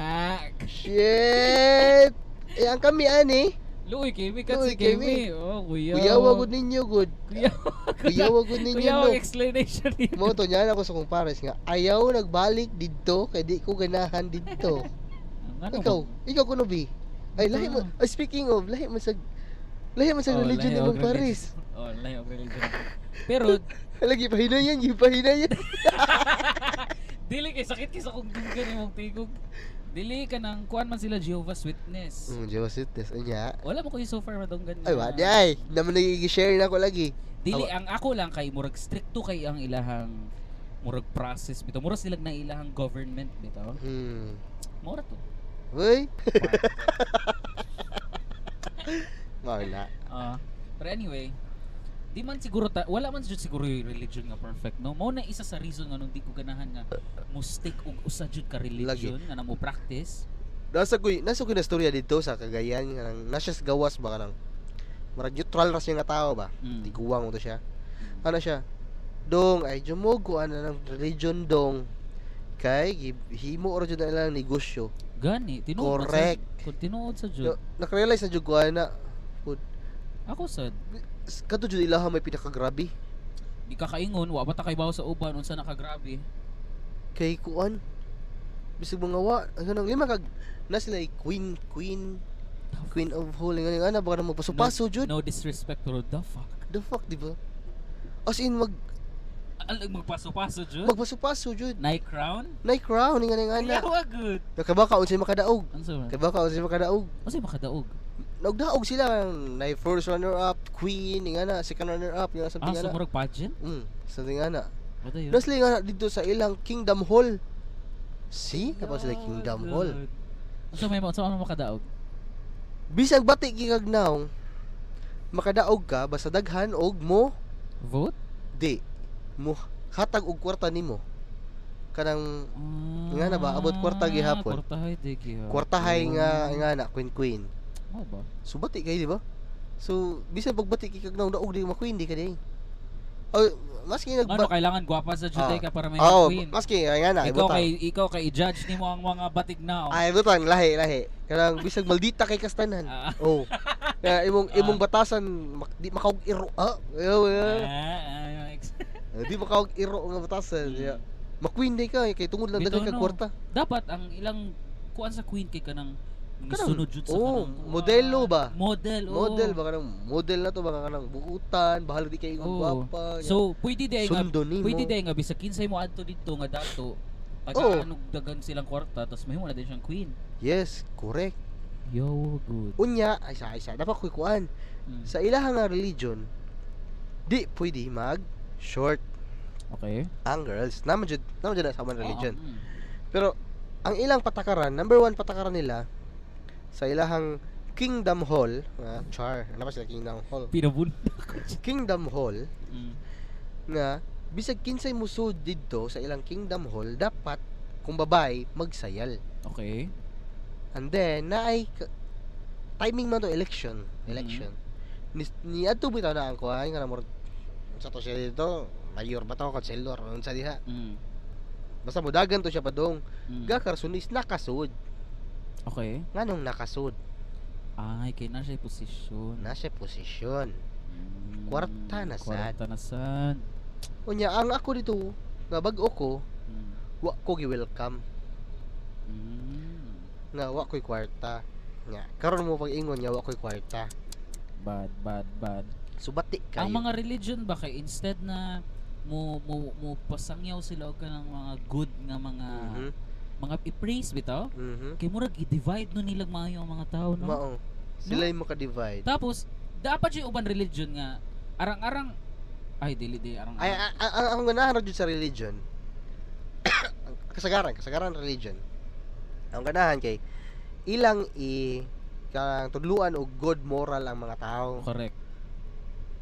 [SPEAKER 1] Shit! Eh, ang kami ani,
[SPEAKER 2] Luoy Kimi ka
[SPEAKER 1] Luoy,
[SPEAKER 2] si Kimi. Oh, kuya.
[SPEAKER 1] kuyawa gud ninyo gud.
[SPEAKER 2] Kuya.
[SPEAKER 1] Kuyawa gud ninyo
[SPEAKER 2] Kuya,
[SPEAKER 1] no.
[SPEAKER 2] ang explanation niya.
[SPEAKER 1] Mo to niyan ako sa kong pares nga ayaw nagbalik didto kay di ko ganahan didto.
[SPEAKER 2] Ngano
[SPEAKER 1] ikaw,
[SPEAKER 2] man?
[SPEAKER 1] ikaw kuno bi. Ay lahi mo.
[SPEAKER 2] Ah.
[SPEAKER 1] ay, speaking of, lahi mo sa lahi mo sa
[SPEAKER 2] Oh,
[SPEAKER 1] religion
[SPEAKER 2] lahi
[SPEAKER 1] ni
[SPEAKER 2] og
[SPEAKER 1] Mang Paris.
[SPEAKER 2] religion. Oh, lahi og religion. Pero
[SPEAKER 1] Lagi pahina yan, gipahina yan.
[SPEAKER 2] dili kay sakit kay sa kugtong ni mong tigog. Dili ka nang kuan man sila Jehovah's Witness.
[SPEAKER 1] Mm, Diyos ites anya.
[SPEAKER 2] Wala mo kayo so far madunggan.
[SPEAKER 1] Ay wa di ay, naman nagigi-share na ako lagi.
[SPEAKER 2] Dili
[SPEAKER 1] Awa.
[SPEAKER 2] ang ako lang kay murag stricto kay ang ilahang murag process bitaw. Murag silag na ilahang government bitaw.
[SPEAKER 1] Hmm.
[SPEAKER 2] Mura to.
[SPEAKER 1] Uy. Wala.
[SPEAKER 2] Ah, but anyway, di man siguro ta- wala man jud siguro yung religion nga perfect no. Mao na isa sa reason nga nung di ko ganahan nga mistake og usa jud ka religion nga na mo practice.
[SPEAKER 1] Nasa ko nasa ko na storya dito sa Cagayan nga nang nasa sa gawas ba kanang. Marag neutral ra siya nga tao ba.
[SPEAKER 2] Mm.
[SPEAKER 1] Tiguwang mo to siya. ano siya dong ay jumugo ano ng religion dong kay gi- himo or jud na ilang negosyo
[SPEAKER 2] Gani, tinuod man
[SPEAKER 1] Correct.
[SPEAKER 2] Sa, kung tinuod sa jud.
[SPEAKER 1] no, nakarealize na jud ko ana
[SPEAKER 2] Ako sad,
[SPEAKER 1] s- kadto jud ilaha may pinakagrabe
[SPEAKER 2] di ka kaingon, wa ba ta kay bawo sa uban unsa nakagrabe.
[SPEAKER 1] kay kuan bisag mga wa ang ganang lima kag na sila ay queen queen queen of holy ngani ana baka na magpasupaso jud
[SPEAKER 2] No disrespect pero the fuck.
[SPEAKER 1] the fuck di ba as in mag
[SPEAKER 2] Alag magpaso-paso jud.
[SPEAKER 1] magpasupaso jud
[SPEAKER 2] Night crown.
[SPEAKER 1] na crown ngani ana
[SPEAKER 2] Yawa good.
[SPEAKER 1] nakabaka unsay makadaog
[SPEAKER 2] Unsa Ano man? Ano
[SPEAKER 1] kabaka unsay makadaog
[SPEAKER 2] Unsa makadaog?
[SPEAKER 1] nagdaog sila na first runner up queen nga na second runner up nga
[SPEAKER 2] Ah,
[SPEAKER 1] something
[SPEAKER 2] sa
[SPEAKER 1] nga na
[SPEAKER 2] murag pageant?
[SPEAKER 1] mm something nga na
[SPEAKER 2] Ano yun?
[SPEAKER 1] Lastly nga na dito sa ilang kingdom
[SPEAKER 2] Oh,
[SPEAKER 1] hall see kapag eh, sila kingdom hall
[SPEAKER 2] Unsa may unsa ano makadaog?
[SPEAKER 1] Bisag bati gigagnaong makadaog ka basta daghan og mo
[SPEAKER 2] Vote?
[SPEAKER 1] di mo hatag og kwarta nimo. Kanang
[SPEAKER 2] Ah,
[SPEAKER 1] Nga na ba? Abot kwarta gihapon.
[SPEAKER 2] Kwartahay di gihapon.
[SPEAKER 1] kwartahay
[SPEAKER 2] Mm.
[SPEAKER 1] nga nga na queen queen.
[SPEAKER 2] Mo ba?
[SPEAKER 1] So bati kay di ba? So bisag pagbati gigagnaong daog di mo queen di ka di. Oh, maski
[SPEAKER 2] Ano
[SPEAKER 1] nagba Ah. oh,
[SPEAKER 2] kailangan gwapa sa Judaica para may
[SPEAKER 1] Oo,
[SPEAKER 2] queen?
[SPEAKER 1] maski nga na
[SPEAKER 2] ikaw
[SPEAKER 1] ibutang.
[SPEAKER 2] kay ikaw kay i-judge nimo ang mga batig
[SPEAKER 1] ah,
[SPEAKER 2] na. oh.
[SPEAKER 1] Ay ibutang lahi lahi. Kanang bisag maldita kay kastanan.
[SPEAKER 2] Ah,
[SPEAKER 1] Oh. Kaya imong
[SPEAKER 2] Ah.
[SPEAKER 1] imong batasan mak, di makaog iro. Ah, ayaw, ayaw.
[SPEAKER 2] ah, ah, Hmm. ex-
[SPEAKER 1] Di makaog iro nga batasan. Yeah. Makwin day ka eh. kay tungod lang daghan
[SPEAKER 2] Bitaw,
[SPEAKER 1] kag
[SPEAKER 2] no?
[SPEAKER 1] kwarta.
[SPEAKER 2] Dapat ang ilang kuan sa queen kay kanang
[SPEAKER 1] Kanang-
[SPEAKER 2] sunod jud sa
[SPEAKER 1] oh,
[SPEAKER 2] kanang kuan.
[SPEAKER 1] modelo ba?
[SPEAKER 2] Model. oh. oo.
[SPEAKER 1] Model ba kanang model na to ba kanang bukutan, bahala di kay
[SPEAKER 2] Oo.
[SPEAKER 1] gwapa.
[SPEAKER 2] So pwede day nga
[SPEAKER 1] sundo nimo.
[SPEAKER 2] pwede day nga bisag kinsay mo adto dito nga dato pag
[SPEAKER 1] Oo.
[SPEAKER 2] anug dagan silang kwarta tapos mahimo na din siyang queen.
[SPEAKER 1] Yes, correct.
[SPEAKER 2] Yo good.
[SPEAKER 1] Unya, ay sa isa dapat koy kuan.
[SPEAKER 2] Mm.
[SPEAKER 1] Sa ilaha nga religion, di pwede mag short
[SPEAKER 2] Okay.
[SPEAKER 1] ang girls. Naman jud, naman jud na sa human religion.
[SPEAKER 2] Oo, mm.
[SPEAKER 1] Pero ang ilang patakaran, number one patakaran nila sa ilahang Kingdom Hall, nga char, ano ba sila Kingdom Hall?
[SPEAKER 2] Pinabunta.
[SPEAKER 1] Kingdom Hall
[SPEAKER 2] Mm.
[SPEAKER 1] nga bisag kinsay musud didto sa ilang Kingdom Hall dapat kung babay magsayal.
[SPEAKER 2] Okay.
[SPEAKER 1] And then naay ka- timing man to election, election. Ni ni adto bitaw na ang kuhay nga namor sa to siya dito, mayor ba to, councilor, unsa diha.
[SPEAKER 2] Mm.
[SPEAKER 1] Basta mudagan to siya padong.
[SPEAKER 2] Mm.
[SPEAKER 1] Gakarsunis nakasud.
[SPEAKER 2] Okay.
[SPEAKER 1] Nganong nakasud?
[SPEAKER 2] Ay, kay na siya posisyon.
[SPEAKER 1] Na siya posisyon.
[SPEAKER 2] Mm,
[SPEAKER 1] Kwarta na sad.
[SPEAKER 2] Kwarta na sad.
[SPEAKER 1] Unya, ang ako dito, nga bag-o oh, ko,
[SPEAKER 2] Mm,
[SPEAKER 1] wa ko gi-welcome.
[SPEAKER 2] mm,
[SPEAKER 1] Nga wa ko'y kwarta. Nga, karon mo pag ingon ya, nga wa ko'y kwarta.
[SPEAKER 2] Bad, bad, bad.
[SPEAKER 1] Subati kayo.
[SPEAKER 2] Ang mga religion ba kay instead na mo mo mo pasangyaw sila og kanang mga good nga mga
[SPEAKER 1] Mhm.
[SPEAKER 2] mga i-praise bitaw
[SPEAKER 1] Mhm.
[SPEAKER 2] kay murag i-divide no nilag maayo ang mga tao no
[SPEAKER 1] Mao. Sila yung maka-divide.
[SPEAKER 2] tapos dapat yung uban religion nga arang-arang ay dili dili arang
[SPEAKER 1] Ay, a- a- a- ang ganahan jud sa religion. ang kasagaran, kasagaran religion. Ang ganahan kay ilang i kang tudluan og good moral ang mga tao.
[SPEAKER 2] correct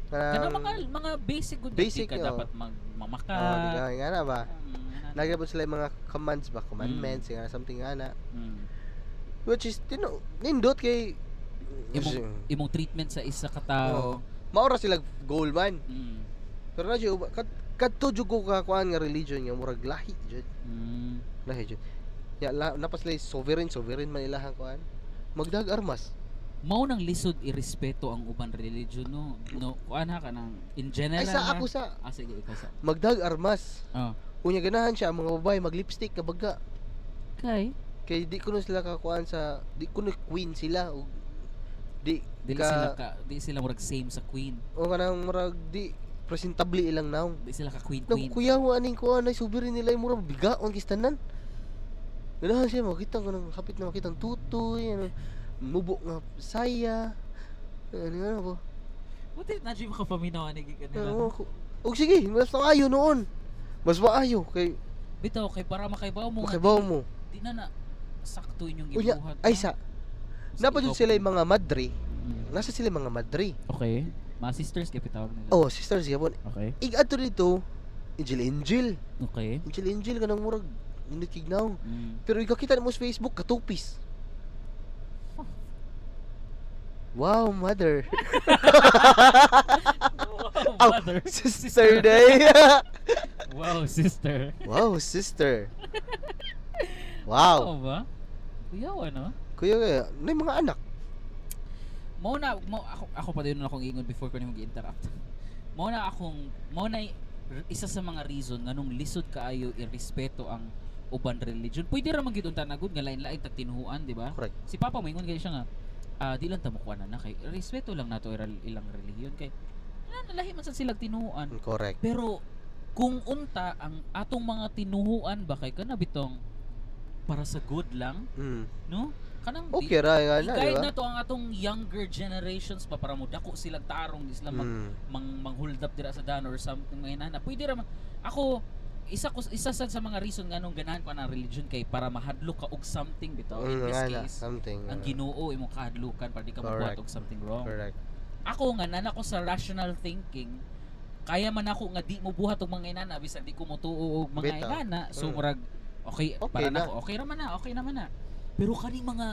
[SPEAKER 1] Kanang-
[SPEAKER 2] kana mga mga basic good
[SPEAKER 1] um, basic,
[SPEAKER 2] ka
[SPEAKER 1] oh.
[SPEAKER 2] dapat mag mamaka
[SPEAKER 1] Ah, di ka- nga na ba?
[SPEAKER 2] Mm, ano.
[SPEAKER 1] Nagabot sila yung mga commands ba, commandments, nga na something nga na.
[SPEAKER 2] Mm.
[SPEAKER 1] Which is, tino, nindot kay...
[SPEAKER 2] Imong- imong treatment sa isa ka tao.
[SPEAKER 1] Maura sila goal man.
[SPEAKER 2] Mm.
[SPEAKER 1] Pero na siya, kat, katudyo ko kakuan nga religion nga, murag lahi jud.
[SPEAKER 2] Mm.
[SPEAKER 1] Lahi jud. Ya, la, napas lay sovereign, sovereign man ilahang kuan. Magdag armas.
[SPEAKER 2] Mao nang lisod irespeto ang uban religion no. No, kuan ha ka nang in general.
[SPEAKER 1] Ay sa
[SPEAKER 2] ha?
[SPEAKER 1] ako sa,
[SPEAKER 2] Ah, sige ikaw sa.
[SPEAKER 1] magdag armas.
[SPEAKER 2] Oh.
[SPEAKER 1] Unya ganahan siya, ang mga babae, maglipstick ka baga.
[SPEAKER 2] Kay
[SPEAKER 1] Kay di ko na sila kakuan sa, di ko na queen sila. O, di,
[SPEAKER 2] dili
[SPEAKER 1] Ka-
[SPEAKER 2] sila ka di sila murag same sa queen.
[SPEAKER 1] o kanang murag, di, presentable ilang naong.
[SPEAKER 2] Di sila ka queen queen.
[SPEAKER 1] Nagkuyawa aning ko anay subirin nila yung murang bigaon kistanan. Ganahan siya makita ko nang kapit na makitang tutoy ano mubo nga saya. Ano nga ano po?
[SPEAKER 2] Buti na jud makapaminaw ani gid
[SPEAKER 1] Ano
[SPEAKER 2] kanila.
[SPEAKER 1] ko? Og sige, mas maayo noon. Mas maayo kay
[SPEAKER 2] Bitaw kay para makaibaw mo. nga,
[SPEAKER 1] makibaw mo.
[SPEAKER 2] Di na na sakto inyong
[SPEAKER 1] Unya,
[SPEAKER 2] gibuhat.
[SPEAKER 1] ay sa
[SPEAKER 2] ha? Mas
[SPEAKER 1] napad
[SPEAKER 2] ikaw-
[SPEAKER 1] sila yung mga madre.
[SPEAKER 2] Mm.
[SPEAKER 1] Nasa sila yung mga madre.
[SPEAKER 2] Okay. Mga sisters kay pitawag nila.
[SPEAKER 1] Oh, sisters gabon.
[SPEAKER 2] Okay.
[SPEAKER 1] Igadto dito Angel Angel.
[SPEAKER 2] Okay.
[SPEAKER 1] Angel Angel kanang murag ninikignaw.
[SPEAKER 2] Mm.
[SPEAKER 1] Pero ikakita mo sa Facebook katupis. Wow, mother. Ow!
[SPEAKER 2] mother.
[SPEAKER 1] Sister day.
[SPEAKER 2] Wow, sister.
[SPEAKER 1] wow, sister. Wow. Oh.
[SPEAKER 2] Oo ba? Kuyaw ano?
[SPEAKER 1] Kuya, kuya, may mga anak.
[SPEAKER 2] Mao na mo ako, ako pa din akong ingon before ko nimo gi-interrupt. Mao na akong mao na i- isa sa mga reason nganong lisod kaayo irespeto ang uban religion. Pwede ra man gyud unta nagud nga lain-lain tag tinuhuan, di ba?
[SPEAKER 1] Correct.
[SPEAKER 2] Si Papa moingon kay siya nga ah, di lang ta mo kuwanan na kay respeto lang nato iral- ilang relihiyon kay na lahi man sad sila tinuhuan.
[SPEAKER 1] Hmm, Correct.
[SPEAKER 2] Pero kung unta ang atong mga tinuhuan ba kay kana bitong para sa good lang,
[SPEAKER 1] Mm.
[SPEAKER 2] no? Kanang di-
[SPEAKER 1] Okay ra nga na, di
[SPEAKER 2] I-guide
[SPEAKER 1] ba?
[SPEAKER 2] na to ang atong younger generations pa para mo dako silang tarong di sila mag,
[SPEAKER 1] Mm.
[SPEAKER 2] mang, mang hold up dira sa dan or something may nana. Pwede ra man- ako isa ko isa sad sa mga reason nga nung ganahan ko ng religion kay para mahadlok ka og something bitaw. In
[SPEAKER 1] Mm,
[SPEAKER 2] this
[SPEAKER 1] nga na,
[SPEAKER 2] case,
[SPEAKER 1] something.
[SPEAKER 2] ang
[SPEAKER 1] ah,
[SPEAKER 2] Ginoo imong kahadlukan para di ka
[SPEAKER 1] Correct.
[SPEAKER 2] mabuhat og something wrong.
[SPEAKER 1] Correct.
[SPEAKER 2] Ako nga nana ko sa rational thinking kaya man ako nga di mo buhat og mga inana bisan di ko motuo og mga
[SPEAKER 1] Bitaw.
[SPEAKER 2] inana so
[SPEAKER 1] Mm.
[SPEAKER 2] murag okay,
[SPEAKER 1] Okay
[SPEAKER 2] para
[SPEAKER 1] na.
[SPEAKER 2] na. okay ra man na okay naman na pero kaning mga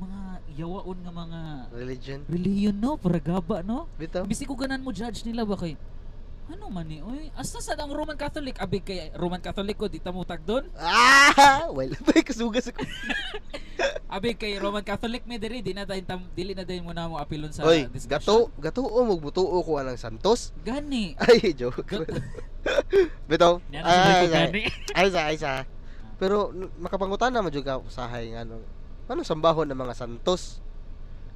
[SPEAKER 2] mga yawaon nga mga
[SPEAKER 1] Religion.
[SPEAKER 2] reliyon no para gaba no
[SPEAKER 1] Bitaw.
[SPEAKER 2] Bisi ko ganan mo judge nila ba kay ano man ni oy asa sad ang Roman Catholic abi kay Roman Catholic ko di ta mo tag doon
[SPEAKER 1] Ah! Well, may kasugas ako.
[SPEAKER 2] abi kay Roman Catholic me diri di na tayo tam dili na dayon mo na mo apilon sa
[SPEAKER 1] Oy, gato,
[SPEAKER 2] discussion.
[SPEAKER 1] gato o magbutuo ko anang santos.
[SPEAKER 2] gani
[SPEAKER 1] Ay, joke. Bitaw.
[SPEAKER 2] Yan ang sabi
[SPEAKER 1] Ay, ay,
[SPEAKER 2] ko, gani
[SPEAKER 1] ay, sa, ay, sa. Pero n- makapangutan na madjud ka usahay nga nung ano sambahon ng mga santos.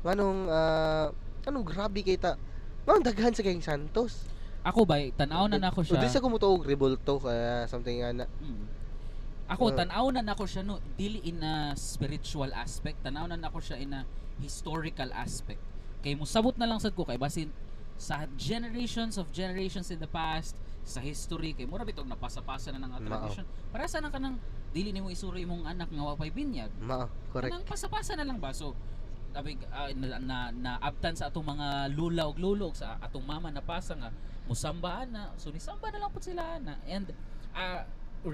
[SPEAKER 1] Nga nung ah, anong grabe kay ta. Nga nung daghan sa kayong santos.
[SPEAKER 2] ako ba tan-aw na nako siya
[SPEAKER 1] Udi sa kumutuog rebolto kaya something nga na.
[SPEAKER 2] Mm. ako
[SPEAKER 1] Ah.
[SPEAKER 2] tan-aw na nako siya no dili in a spiritual aspect tan-aw na nako siya in a historical aspect kay musabot na lang sad ko kay basin sa generations of generations in the past sa history kay mura bitog napasa-pasa na
[SPEAKER 1] Mao.
[SPEAKER 2] ng tradition para sa nang kanang dili nimo isuro imong anak nga wa pay binyag
[SPEAKER 1] Ma, correct.
[SPEAKER 2] Kanang pasapasa na lang ba? So, abig, ah, na, na, naabtan sa atong mga lula ug lolo ug sa atong mama na pasa nga musamba na so nisamba na lang pud sila na and ah,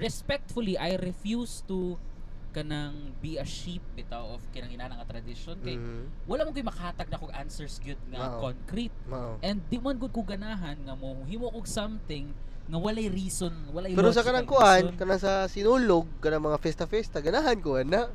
[SPEAKER 2] respectfully I refuse to kanang be a sheep bitaw of kanang ina nga tradition kay
[SPEAKER 1] Mhm.
[SPEAKER 2] wala mo kay makahatag na kog answers gyud nga
[SPEAKER 1] Mao.
[SPEAKER 2] concrete
[SPEAKER 1] Ma. oh.
[SPEAKER 2] and di man gud ko ganahan nga mo himo kog something nga walay reason walay
[SPEAKER 1] Pero sa
[SPEAKER 2] logical
[SPEAKER 1] kanang kuan,
[SPEAKER 2] reason.
[SPEAKER 1] kanang sa sinulog, kanang mga festa-festa, ganahan ko na.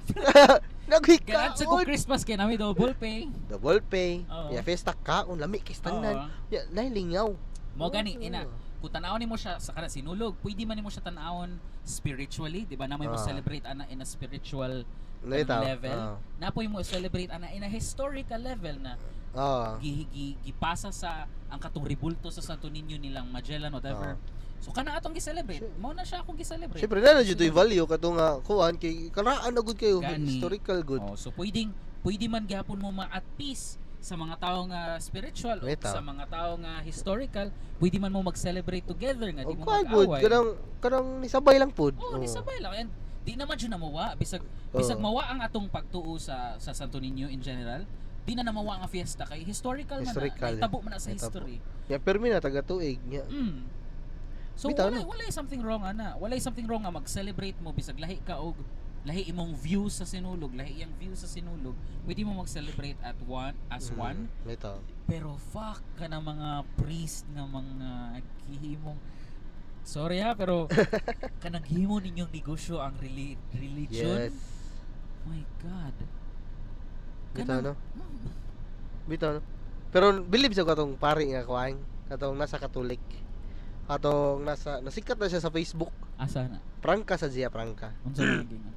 [SPEAKER 1] Naghika
[SPEAKER 2] Ganahan sa
[SPEAKER 1] on.
[SPEAKER 2] kong Christmas kay nami double pay.
[SPEAKER 1] Double pay.
[SPEAKER 2] Oo.
[SPEAKER 1] Ya festa ka, un lami kay tanan.
[SPEAKER 2] Oo.
[SPEAKER 1] Ya nailingaw.
[SPEAKER 2] Mo gani ina, kung tanawon nimo siya sa kanang sinulog, pwede man nimo siya tanawon spiritually, di ba? Namoy mo
[SPEAKER 1] Ah.
[SPEAKER 2] celebrate ana in a spiritual,
[SPEAKER 1] Naitaw.
[SPEAKER 2] level?
[SPEAKER 1] Oo.
[SPEAKER 2] napoy mo celebrate ana in a historical level na
[SPEAKER 1] Oo.
[SPEAKER 2] gi- gi- gipasa sa ang katong ribulto sa Santo Niño nilang Magellan whatever.
[SPEAKER 1] Ah.
[SPEAKER 2] So kana atong gi-celebrate,
[SPEAKER 1] Sure.
[SPEAKER 2] mo na siya akong gi-celebrate.
[SPEAKER 1] Siyempre na na judoy value kato nga kuan kay karaan na good kayo
[SPEAKER 2] Gani.
[SPEAKER 1] historical good.
[SPEAKER 2] Oh, so pwedeng pwede man gihapon mo ma at peace sa mga tao nga spiritual o
[SPEAKER 1] Meta.
[SPEAKER 2] sa mga tao nga historical, pwede man mo mag-celebrate together nga
[SPEAKER 1] Oh,
[SPEAKER 2] di mo
[SPEAKER 1] kuan good
[SPEAKER 2] mag-away.
[SPEAKER 1] kanang kanang nisabay lang pod.
[SPEAKER 2] Oo, nisabay lang. And di naman yun namawa. Bisag,
[SPEAKER 1] Oo.
[SPEAKER 2] bisag mawa ang atong pagtuo sa, sa Santo Niño in general, di na namawa ang fiesta kay historical,
[SPEAKER 1] Historical.
[SPEAKER 2] man na. Naitabo man na sa
[SPEAKER 1] Naitabo.
[SPEAKER 2] history.
[SPEAKER 1] Ya permi na taga tuig nya.
[SPEAKER 2] Mm. So
[SPEAKER 1] Bitaw
[SPEAKER 2] wala, wala something wrong ana. Wala something wrong nga mag-celebrate mo bisag lahi ka og lahi imong view sa sinulog, lahi iyang view sa sinulog. Pwede mo mag-celebrate at one as
[SPEAKER 1] Mm,
[SPEAKER 2] one.
[SPEAKER 1] Meta.
[SPEAKER 2] Pero fuck ka na mga priest nga mga gihimong Sorry ha, pero kanang himo ninyong negosyo ang reli- religion.
[SPEAKER 1] Yes.
[SPEAKER 2] My God.
[SPEAKER 1] Bitaw no.
[SPEAKER 2] Mm,
[SPEAKER 1] Bitaw no. Pero believe sa katong pari nga kuan, katong nasa Katolik. Katong nasa nasikat na siya sa Facebook.
[SPEAKER 2] Asa na?
[SPEAKER 1] Prangka sa siya prangka.
[SPEAKER 2] Unsa man ang gingan?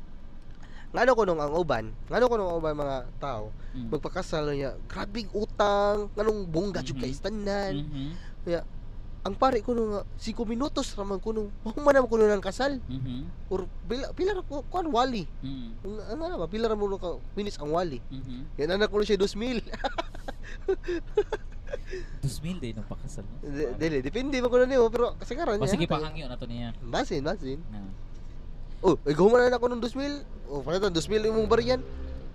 [SPEAKER 1] Ngano ko nung ang uban, ngano ko nung ang uban mga tao,
[SPEAKER 2] Mm.
[SPEAKER 1] magpakasal niya, grabing utang, nganong bongga jud
[SPEAKER 2] Mhm.
[SPEAKER 1] kay tanan.
[SPEAKER 2] Mhm.
[SPEAKER 1] ang pare ko nung 5 minutos raman ko nung human naman ko nung ng kasal
[SPEAKER 2] Mhm.
[SPEAKER 1] or pila pila ra ko kuan wali
[SPEAKER 2] Mm.
[SPEAKER 1] ang ang ano ba pila ra mo nung ka minutes ang wali
[SPEAKER 2] Mhm.
[SPEAKER 1] yan anak ko lang siya 2000
[SPEAKER 2] 2000 day nung pakasal no.
[SPEAKER 1] D- dili depende man ko na niyo pero kasi karon
[SPEAKER 2] O sige pahangyo na to niya.
[SPEAKER 1] basin basin
[SPEAKER 2] Na.
[SPEAKER 1] oh ay guhuman na ako nung 2000 oh pala 2000 imong bariyan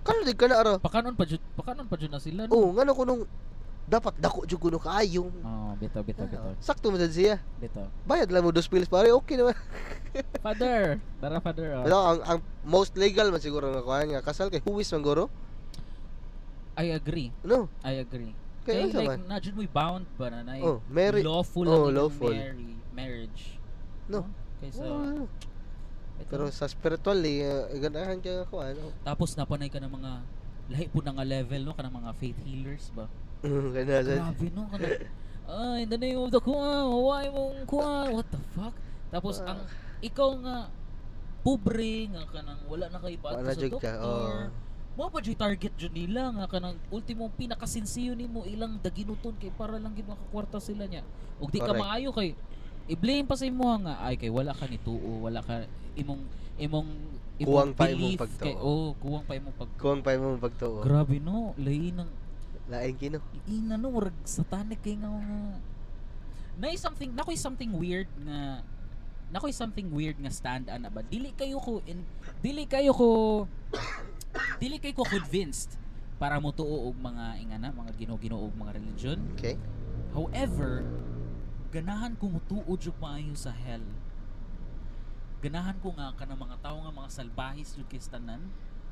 [SPEAKER 1] karon di ka na ara
[SPEAKER 2] Pakanon pa jud, pakanon pa jud na sila. No?
[SPEAKER 1] oh ngano ko nung dapat dako jud ko nung kaayo
[SPEAKER 2] Oh, bitaw bitaw bitaw.
[SPEAKER 1] Ah, sakto man sad siya
[SPEAKER 2] Bitaw.
[SPEAKER 1] bayad lang mo 2000 pare okay naman
[SPEAKER 2] Father, tara father. oh.
[SPEAKER 1] pero ang, ang most legal man siguro nga kuan nga kasal kay huwis man guro
[SPEAKER 2] I agree.
[SPEAKER 1] no
[SPEAKER 2] I agree.
[SPEAKER 1] kay
[SPEAKER 2] Kay,
[SPEAKER 1] asa
[SPEAKER 2] like,
[SPEAKER 1] man
[SPEAKER 2] na jud mo'y bound ba na na
[SPEAKER 1] oh marriage oh,
[SPEAKER 2] lawful ang inyong
[SPEAKER 1] lawful.
[SPEAKER 2] marry- marriage.
[SPEAKER 1] No.
[SPEAKER 2] Kaysa,
[SPEAKER 1] Oo.
[SPEAKER 2] ito.
[SPEAKER 1] pero sa spiritual eh, uh, ganahan ka ako ano.
[SPEAKER 2] tapos napanay ka ng mga lahi po na nga level no kanang mga faith healers ba.
[SPEAKER 1] Ganahan.
[SPEAKER 2] Grabe no kanang ay in the name of the kuha, why mong kuha, what the fuck? Tapos
[SPEAKER 1] Ah.
[SPEAKER 2] ang ikaw nga pobre nga kanang wala na kay
[SPEAKER 1] Wala
[SPEAKER 2] pato sa
[SPEAKER 1] jud
[SPEAKER 2] doktor.
[SPEAKER 1] ka. Oh.
[SPEAKER 2] Mao pa jud target jud nila nga kanang ultimo pinakasinsiyo nimo ilang daginuton kay para lang gid makakwarta sila niya. Ug di ka
[SPEAKER 1] Correct.
[SPEAKER 2] maayo kay i-blame pa sa imo nga ay kay wala ka nituo, wala ka imong imong imong
[SPEAKER 1] Kuwang pa imong
[SPEAKER 2] belief
[SPEAKER 1] pagtuo.
[SPEAKER 2] Kay, oh, kuwang pa imong pag
[SPEAKER 1] Kung pa mo pagtuo.
[SPEAKER 2] Grabe no, lain ng
[SPEAKER 1] Laing kino.
[SPEAKER 2] ina no eh, murag satanic kay nga mga na something na ko'y something weird na nakoy something weird nga stand ana ba dili kayo ko in, dili kayo ko dili kayo ko convinced para mo tuo og mga ingana mga ginoo-ginoo og mga religion
[SPEAKER 1] Okay.
[SPEAKER 2] However, ganahan ko mutuod jud maayo sa hell. Ganahan ko nga kana mga tao nga mga salbahis jud kay tanan.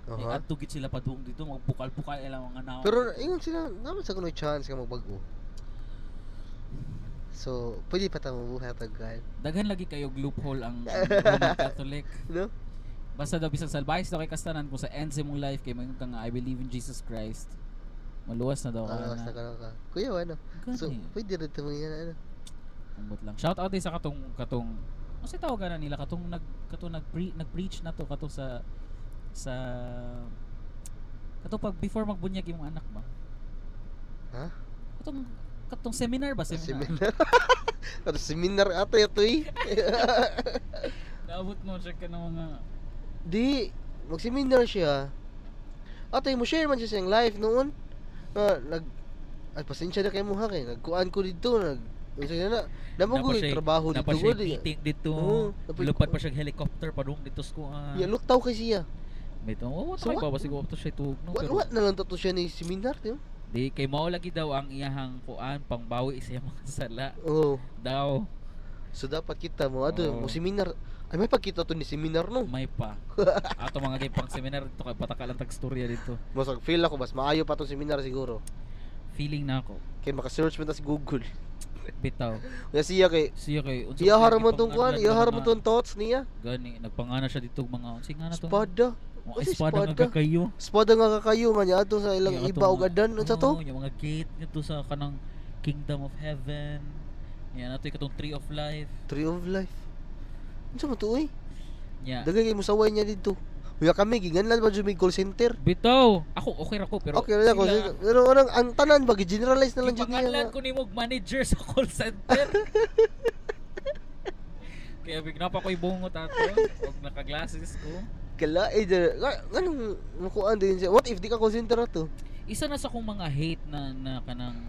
[SPEAKER 1] Aha.
[SPEAKER 2] Uh-huh. At tugit sila padung dito magbukal-bukal ila mga naon.
[SPEAKER 1] Pero ingon sila, naman sa kuno chance ka magbago. So, pwede pa tamo buhay pag God.
[SPEAKER 2] daghan lagi kayo loophole ang ang Roman Catholic.
[SPEAKER 1] No?
[SPEAKER 2] Basta daw bisang salbahis daw kay kastanan kung sa end sa imong life kay mayon ka nga I believe in Jesus Christ. Maluwas na daw ka
[SPEAKER 1] Ah,
[SPEAKER 2] na.
[SPEAKER 1] basta ka lang ka. Kuya, ano?
[SPEAKER 2] Gani.
[SPEAKER 1] So, pwede rin tamo yan, ano?
[SPEAKER 2] eh. Ambot lang. Shout out din sa katong katong ano sa tawag na nila katong nag katong nag nag-preach na to katong sa sa katong pag before magbunyag yung anak ba?
[SPEAKER 1] Ha?
[SPEAKER 2] Katong katong seminar ba
[SPEAKER 1] Seminar.
[SPEAKER 2] seminar?
[SPEAKER 1] Seminar. Ano, seminar ato ito eh.
[SPEAKER 2] Naabot mo siya ka ng mga
[SPEAKER 1] Di, mag-seminar siya. Atay mo share man siya siyang live noon. Na, nag, ay, pasensya na kayo mo ha kay. Nagkuan ko dito, nag, unsa na na. Namo ko
[SPEAKER 2] Napa siya-
[SPEAKER 1] yung trabaho dito
[SPEAKER 2] napa
[SPEAKER 1] ko
[SPEAKER 2] siya
[SPEAKER 1] di.
[SPEAKER 2] meeting dito.
[SPEAKER 1] Oo, napay-
[SPEAKER 2] Lupad pa siya helicopter pa dong dito sa kuan.
[SPEAKER 1] Ya, luktaw kay siya.
[SPEAKER 2] Mito, oh, what
[SPEAKER 1] So
[SPEAKER 2] so,
[SPEAKER 1] what-
[SPEAKER 2] ba basi ko siya tuog no.
[SPEAKER 1] Wa
[SPEAKER 2] Pero
[SPEAKER 1] wa na lang to siya ni seminar, di ba?
[SPEAKER 2] di kay mao lagi daw ang iyahang kuan pangbawi sa iyang mga sala
[SPEAKER 1] Oo. Oh,
[SPEAKER 2] daw.
[SPEAKER 1] So dapat kita mo ato
[SPEAKER 2] Oo.
[SPEAKER 1] mo seminar. Ay may pagkita to ni seminar no.
[SPEAKER 2] May pa. Ato mga gay pang seminar dito kay patakalan tag storya dito.
[SPEAKER 1] Masag feel ako mas maayo pa tong seminar siguro.
[SPEAKER 2] Feeling na ako.
[SPEAKER 1] Kay maka-search mo ta sa Google.
[SPEAKER 2] Bitaw.
[SPEAKER 1] Nga siya kay
[SPEAKER 2] Siya kay unsa
[SPEAKER 1] iya
[SPEAKER 2] man
[SPEAKER 1] mo tong
[SPEAKER 2] ipang-
[SPEAKER 1] kuan,
[SPEAKER 2] ano,
[SPEAKER 1] iya
[SPEAKER 2] ano,
[SPEAKER 1] mo
[SPEAKER 2] mga-
[SPEAKER 1] tong thoughts niya.
[SPEAKER 2] Gani nagpangana siya dito mga unsa nga na tong
[SPEAKER 1] Espada.
[SPEAKER 2] mga
[SPEAKER 1] Ano
[SPEAKER 2] espada nga
[SPEAKER 1] espada?
[SPEAKER 2] kagayo.
[SPEAKER 1] Espada nga kakayo nga niya ato sa ilang
[SPEAKER 2] Yung
[SPEAKER 1] iba
[SPEAKER 2] atong
[SPEAKER 1] og
[SPEAKER 2] mga-
[SPEAKER 1] adan unsa ano to?
[SPEAKER 2] Oo, Yung mga gate nito sa kanang Kingdom of Heaven. Yan ato yung katong Tree of Life.
[SPEAKER 1] Tree of life. Unsa man to oy?
[SPEAKER 2] Nya.
[SPEAKER 1] Dagay kay musaway niya dito. Uya kami giganlan pa jud may call center.
[SPEAKER 2] Bitaw. Ako okay ra ko pero
[SPEAKER 1] okay na ako.
[SPEAKER 2] sila-
[SPEAKER 1] Pero orang ang tanan ba generalize na lang jud niya.
[SPEAKER 2] Ipangalan
[SPEAKER 1] nga.
[SPEAKER 2] ko ni mog manager sa call center. Kaya bigla pa ko'y bungot ato. Huwag naka-glasses ko.
[SPEAKER 1] Kala eh da- nga- nganong mukuan din siya. What if di ka call center ato?
[SPEAKER 2] Isa na sa kong mga hate na, na kanang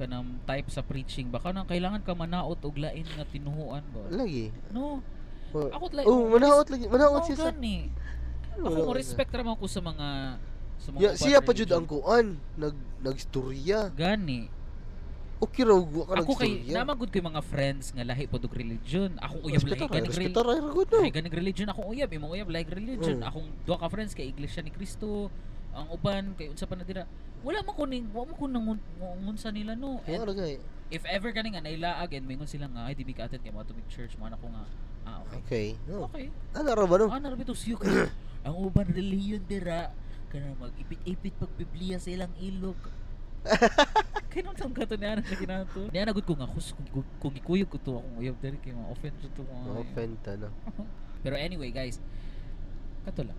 [SPEAKER 2] kanang type sa preaching baka nang kailangan ka manaot og lain nga tinuhuan ba
[SPEAKER 1] Lagi.
[SPEAKER 2] no
[SPEAKER 1] Oh,
[SPEAKER 2] ako like
[SPEAKER 1] eh. oh manaot lagi. Manaot
[SPEAKER 2] ako
[SPEAKER 1] siya sa.
[SPEAKER 2] gani
[SPEAKER 1] Manaot
[SPEAKER 2] ako mo
[SPEAKER 1] siya.
[SPEAKER 2] respect ra man ko sa mga sa mga
[SPEAKER 1] Ya,
[SPEAKER 2] uban
[SPEAKER 1] siya pa jud
[SPEAKER 2] religion.
[SPEAKER 1] ang kuan nag nagstorya.
[SPEAKER 2] gani
[SPEAKER 1] Okay raw wa ka
[SPEAKER 2] ako kay
[SPEAKER 1] nagstorya.
[SPEAKER 2] naman good ko yung mga friends nga lahi pod og religion ako uyab lahi
[SPEAKER 1] Respeto ra,
[SPEAKER 2] kay nag
[SPEAKER 1] respeto ra ra gud no.
[SPEAKER 2] Ay, ganang religion akong uyab, imong uyab like religion.
[SPEAKER 1] Mm.
[SPEAKER 2] Akong duha ka friends kay Iglesia ni Cristo, ang uban kay unsa pa na dira. Wala man kuning, wa man kun ngunsa nila no.
[SPEAKER 1] Wa
[SPEAKER 2] And
[SPEAKER 1] ra gay.
[SPEAKER 2] if ever kani nga nailaag and mingon sila nga ay di mi ka-attend kay mga tumig church man ako nga. Ah, okay.
[SPEAKER 1] Okay. No.
[SPEAKER 2] Okay.
[SPEAKER 1] Ano ra ba no?
[SPEAKER 2] Ano ra bitaw siyo ka? Ang uban religion dira kana mag-ipit-ipit pag Biblia sa ilang ilog. kay nung tang kato niya na siya ginato. Niya nagot ko nga kus kung, kung ikuyog ko to akong uyab diri kay mga offend jud to mga.
[SPEAKER 1] Offend ta no.
[SPEAKER 2] Pero anyway, guys. Kato lang.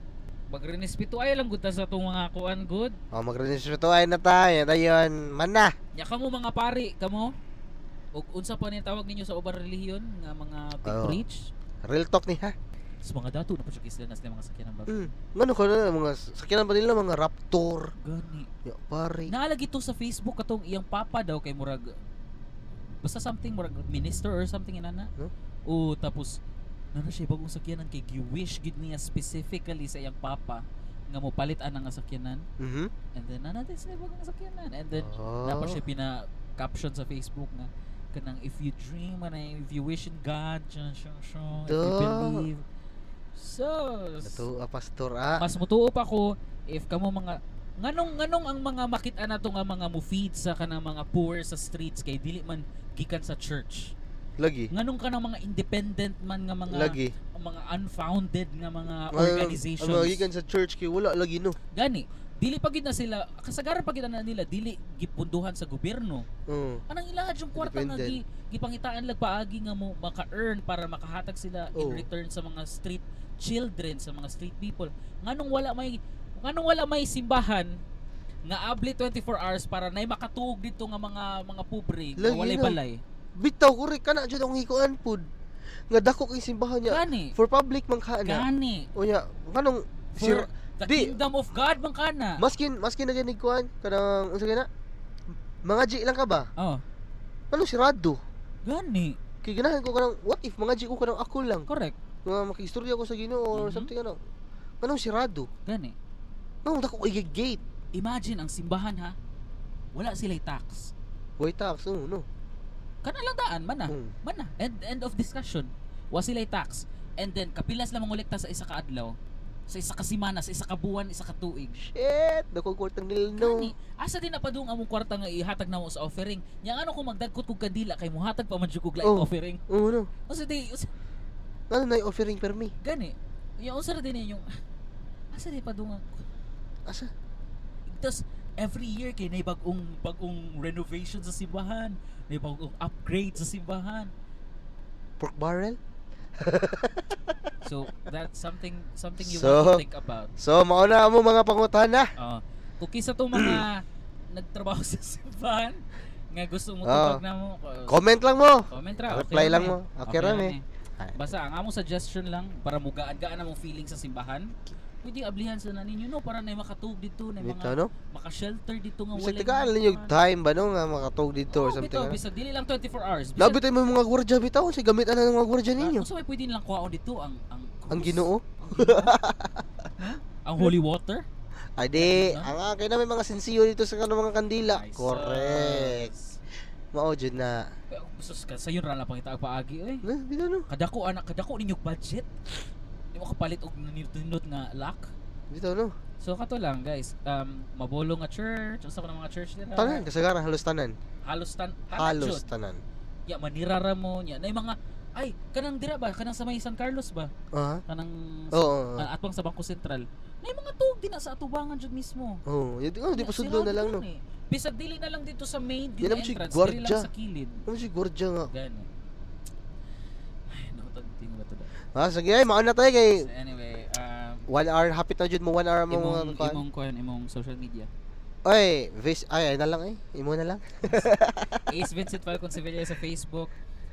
[SPEAKER 2] Magrenespeto ay lang gud ta sa tong mga kuan good.
[SPEAKER 1] Oh, magrespeto ay na tayo. Dayon, mana.
[SPEAKER 2] Nya kamo mga pari, kamo. Og unsa pa ni tawag ninyo sa ubang relihiyon nga mga
[SPEAKER 1] Oo.
[SPEAKER 2] preach?
[SPEAKER 1] Real talk ni ha.
[SPEAKER 2] Sa mga dato na pa siya kisla na sila mga sakyanan ba.
[SPEAKER 1] Mm. Ngano ko na mga sakyanan ba nila mga raptor.
[SPEAKER 2] Gani.
[SPEAKER 1] Ya, pare.
[SPEAKER 2] Naalagi to sa Facebook katong iyang papa daw kay murag basta something murag minister or something inana.
[SPEAKER 1] No?
[SPEAKER 2] O tapos nana siya bagong sakyanan kay giwish gid niya specifically sa iyang papa nga mo palitan ang sakyanan
[SPEAKER 1] Mhm.
[SPEAKER 2] and then nana din sila bagong sakyanan and then
[SPEAKER 1] Oh.
[SPEAKER 2] Tapos siya pina-caption sa Facebook na kanang if you dream and if you wish in God, siyang siyang siyang, if you
[SPEAKER 1] Duh.
[SPEAKER 2] believe. So, s-
[SPEAKER 1] Nato, ah, pastor ah.
[SPEAKER 2] mas mutuo pa ko if kamo mga nganong nganong ang mga makita na to nga mga mufid sa kanang mga poor sa streets kay dili man gikan sa church.
[SPEAKER 1] Lagi.
[SPEAKER 2] Nganong kanang mga independent man nga mga
[SPEAKER 1] Lagi.
[SPEAKER 2] mga unfounded nga mga
[SPEAKER 1] Mga-
[SPEAKER 2] organizations.
[SPEAKER 1] Ang mga gikan sa church kay wala lagi no.
[SPEAKER 2] Gani, dili pa gid na sila kasagaran pa gid na nila dili gipunduhan sa gobyerno.
[SPEAKER 1] Oo.
[SPEAKER 2] Anang ilahad yung kwarta nga gi,
[SPEAKER 1] Independent.
[SPEAKER 2] gipangitaan lag paagi nga mo maka-earn para makahatag sila in
[SPEAKER 1] Oo.
[SPEAKER 2] return sa mga street children, sa mga street people. Nganong wala may nganong wala may simbahan nga abli 24 hours para nay makatuog dito nga mga mga pobre
[SPEAKER 1] Lagi
[SPEAKER 2] nga
[SPEAKER 1] na.
[SPEAKER 2] walay-balay.
[SPEAKER 1] Bitaw ko rin kana jud ang hikuan pud. Nga dako kay simbahan niya
[SPEAKER 2] Kani,
[SPEAKER 1] for public man kana.
[SPEAKER 2] kani.
[SPEAKER 1] Unya, kanong
[SPEAKER 2] For
[SPEAKER 1] sir
[SPEAKER 2] the
[SPEAKER 1] di-
[SPEAKER 2] kingdom of God man kana.
[SPEAKER 1] maskin maskin na ganig kuan kanang unsa gana? Mga G lang ka ba?
[SPEAKER 2] Oh,
[SPEAKER 1] Ano sirado?
[SPEAKER 2] gani.
[SPEAKER 1] Kay ganahan ko kanang what if mga ko kanang ako lang.
[SPEAKER 2] Correct.
[SPEAKER 1] Nga makiistorya ko sa Ginoo or
[SPEAKER 2] Mhm.
[SPEAKER 1] something ano. Kanang sirado.
[SPEAKER 2] Gani.
[SPEAKER 1] Nang dako ay gate.
[SPEAKER 2] Imagine ang simbahan ha. Wala sila'y tax.
[SPEAKER 1] Way tax oh, no.
[SPEAKER 2] Kana lang daan man na.
[SPEAKER 1] Mm.
[SPEAKER 2] Man na. End, end of discussion. Wa sila'y tax. And then kapilas lang mangolekta sa isa ka adlaw, sa isa ka semana, sa isa ka buwan, isa ka tuig.
[SPEAKER 1] Shit, dako kwarta nila no.
[SPEAKER 2] Kani, asa din napadung among kwarta nga ihatag namo sa offering. Nya ano kung magdagkot kog kandila kay muhatag pa man jud kog laing
[SPEAKER 1] Oh.
[SPEAKER 2] offering.
[SPEAKER 1] Oh no.
[SPEAKER 2] Unsa di unsa-
[SPEAKER 1] Ano na offering per me?
[SPEAKER 2] gani. Yung unsa ra din yung asa di padung ang-
[SPEAKER 1] Asa?
[SPEAKER 2] Tapos, every year kay nay bagong bagong renovation sa simbahan, nay bagong upgrade sa simbahan.
[SPEAKER 1] Pork barrel?
[SPEAKER 2] So, that's something something you
[SPEAKER 1] So-
[SPEAKER 2] want to think about.
[SPEAKER 1] So, mauna mo mga pangutan ha.
[SPEAKER 2] Uh, kung kisa tong mga nagtrabaho sa simbahan nga gusto mo
[SPEAKER 1] Oo.
[SPEAKER 2] tubag na mo, uh,
[SPEAKER 1] Comment lang mo.
[SPEAKER 2] comment ra. okay
[SPEAKER 1] Reply
[SPEAKER 2] ra
[SPEAKER 1] lang
[SPEAKER 2] ni.
[SPEAKER 1] mo. Okay ra
[SPEAKER 2] ra
[SPEAKER 1] ni.
[SPEAKER 2] ni. Basta ang among suggestion lang para mugaan-gaan among feeling sa simbahan. Pwede ablihan sa na ninyo no para na makatug dito na
[SPEAKER 1] Bitaw no.
[SPEAKER 2] Ano mga maka-shelter dito nga
[SPEAKER 1] Bisag
[SPEAKER 2] walay
[SPEAKER 1] tagaan lang yung
[SPEAKER 2] mga-
[SPEAKER 1] time ba no nga makatog dito or
[SPEAKER 2] Oo,
[SPEAKER 1] something.
[SPEAKER 2] bitaw,
[SPEAKER 1] ano?
[SPEAKER 2] bisag dili lang 24 hours. Bisag,
[SPEAKER 1] Nabitay mo yung mga gwardya bitaw si gamit ana ng mga gwardya ninyo.
[SPEAKER 2] Ah, Unsa may pwede nilang kuhaon dito ang ang krus,
[SPEAKER 1] Ang Ginoo.
[SPEAKER 2] ang Ginoo? ang holy water?
[SPEAKER 1] Adi,
[SPEAKER 2] Ano?
[SPEAKER 1] ang akin na may mga sinsiyo dito sa kanang mga kandila.
[SPEAKER 2] Ay,
[SPEAKER 1] Correct.
[SPEAKER 2] sus.
[SPEAKER 1] Mao jud na.
[SPEAKER 2] Eh, Sus ka sa yun ra lang pangitaag paagi eh. oy.
[SPEAKER 1] Na, bitaw no.
[SPEAKER 2] Kadako anak, kadako ninyo budget. Di mo kapalit og nanindot nga lock.
[SPEAKER 1] Bitaw no.
[SPEAKER 2] So kato lang guys, um mabolo nga church, usa pa ng mga church nila.
[SPEAKER 1] Tanan kasagaran halos tanan.
[SPEAKER 2] Halos tan Ah. tanan
[SPEAKER 1] Halos
[SPEAKER 2] jud.
[SPEAKER 1] tanan.
[SPEAKER 2] Ya manirara mo nya. Nay mga ay kanang dira ba? Kanang sa may San Carlos ba?
[SPEAKER 1] Ah.
[SPEAKER 2] Kanang
[SPEAKER 1] Oo.
[SPEAKER 2] sa,
[SPEAKER 1] oo, oo.
[SPEAKER 2] ah, atbang sa Bangko Sentral. Nay mga tug din na sa atubangan jud mismo.
[SPEAKER 1] Oo, yun- oh, di
[SPEAKER 2] Nya,
[SPEAKER 1] pa sudlo na
[SPEAKER 2] sirado
[SPEAKER 1] lang no.
[SPEAKER 2] dun eh. Bisag dili na lang dito sa main
[SPEAKER 1] Yan
[SPEAKER 2] dito
[SPEAKER 1] naman si
[SPEAKER 2] entrance, dili
[SPEAKER 1] Guardia.
[SPEAKER 2] lang sa kilid.
[SPEAKER 1] Ano si gwardya nga?
[SPEAKER 2] Gano. Ay, nakatag tingo ba to ba?
[SPEAKER 1] Ah, sige, ay mauna tayo kay
[SPEAKER 2] So anyway, um
[SPEAKER 1] One hour, hapit na jud mo, one hour mo
[SPEAKER 2] imong
[SPEAKER 1] mga kuan.
[SPEAKER 2] imong kuan imong social media.
[SPEAKER 1] Oy, vis, ay, ay na lang eh. Imo na lang.
[SPEAKER 2] Ace Vincent Falcon Sevilla sa Facebook.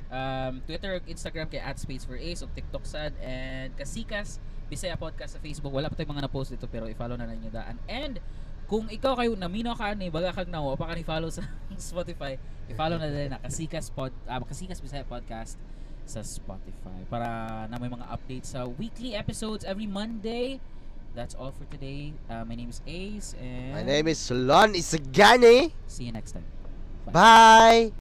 [SPEAKER 2] Um, Twitter, ug Instagram kay at space for Ace o TikTok sad and Kasikas Bisaya Podcast sa Facebook. Wala pa tayong mga na-post dito pero i-follow na ninyo daan. And kung ikaw kayo naminaw ka ni baga kag nawo pa ka ni follow sa Spotify, i-follow na din na Kasikas Pod ah, Kasikas Bisaya Podcast sa Spotify para na may mga updates sa weekly episodes every Monday. That's all for today. Uh, my name is Ace and
[SPEAKER 1] My name is Solon Isagani.
[SPEAKER 2] see you next time.
[SPEAKER 1] Bye!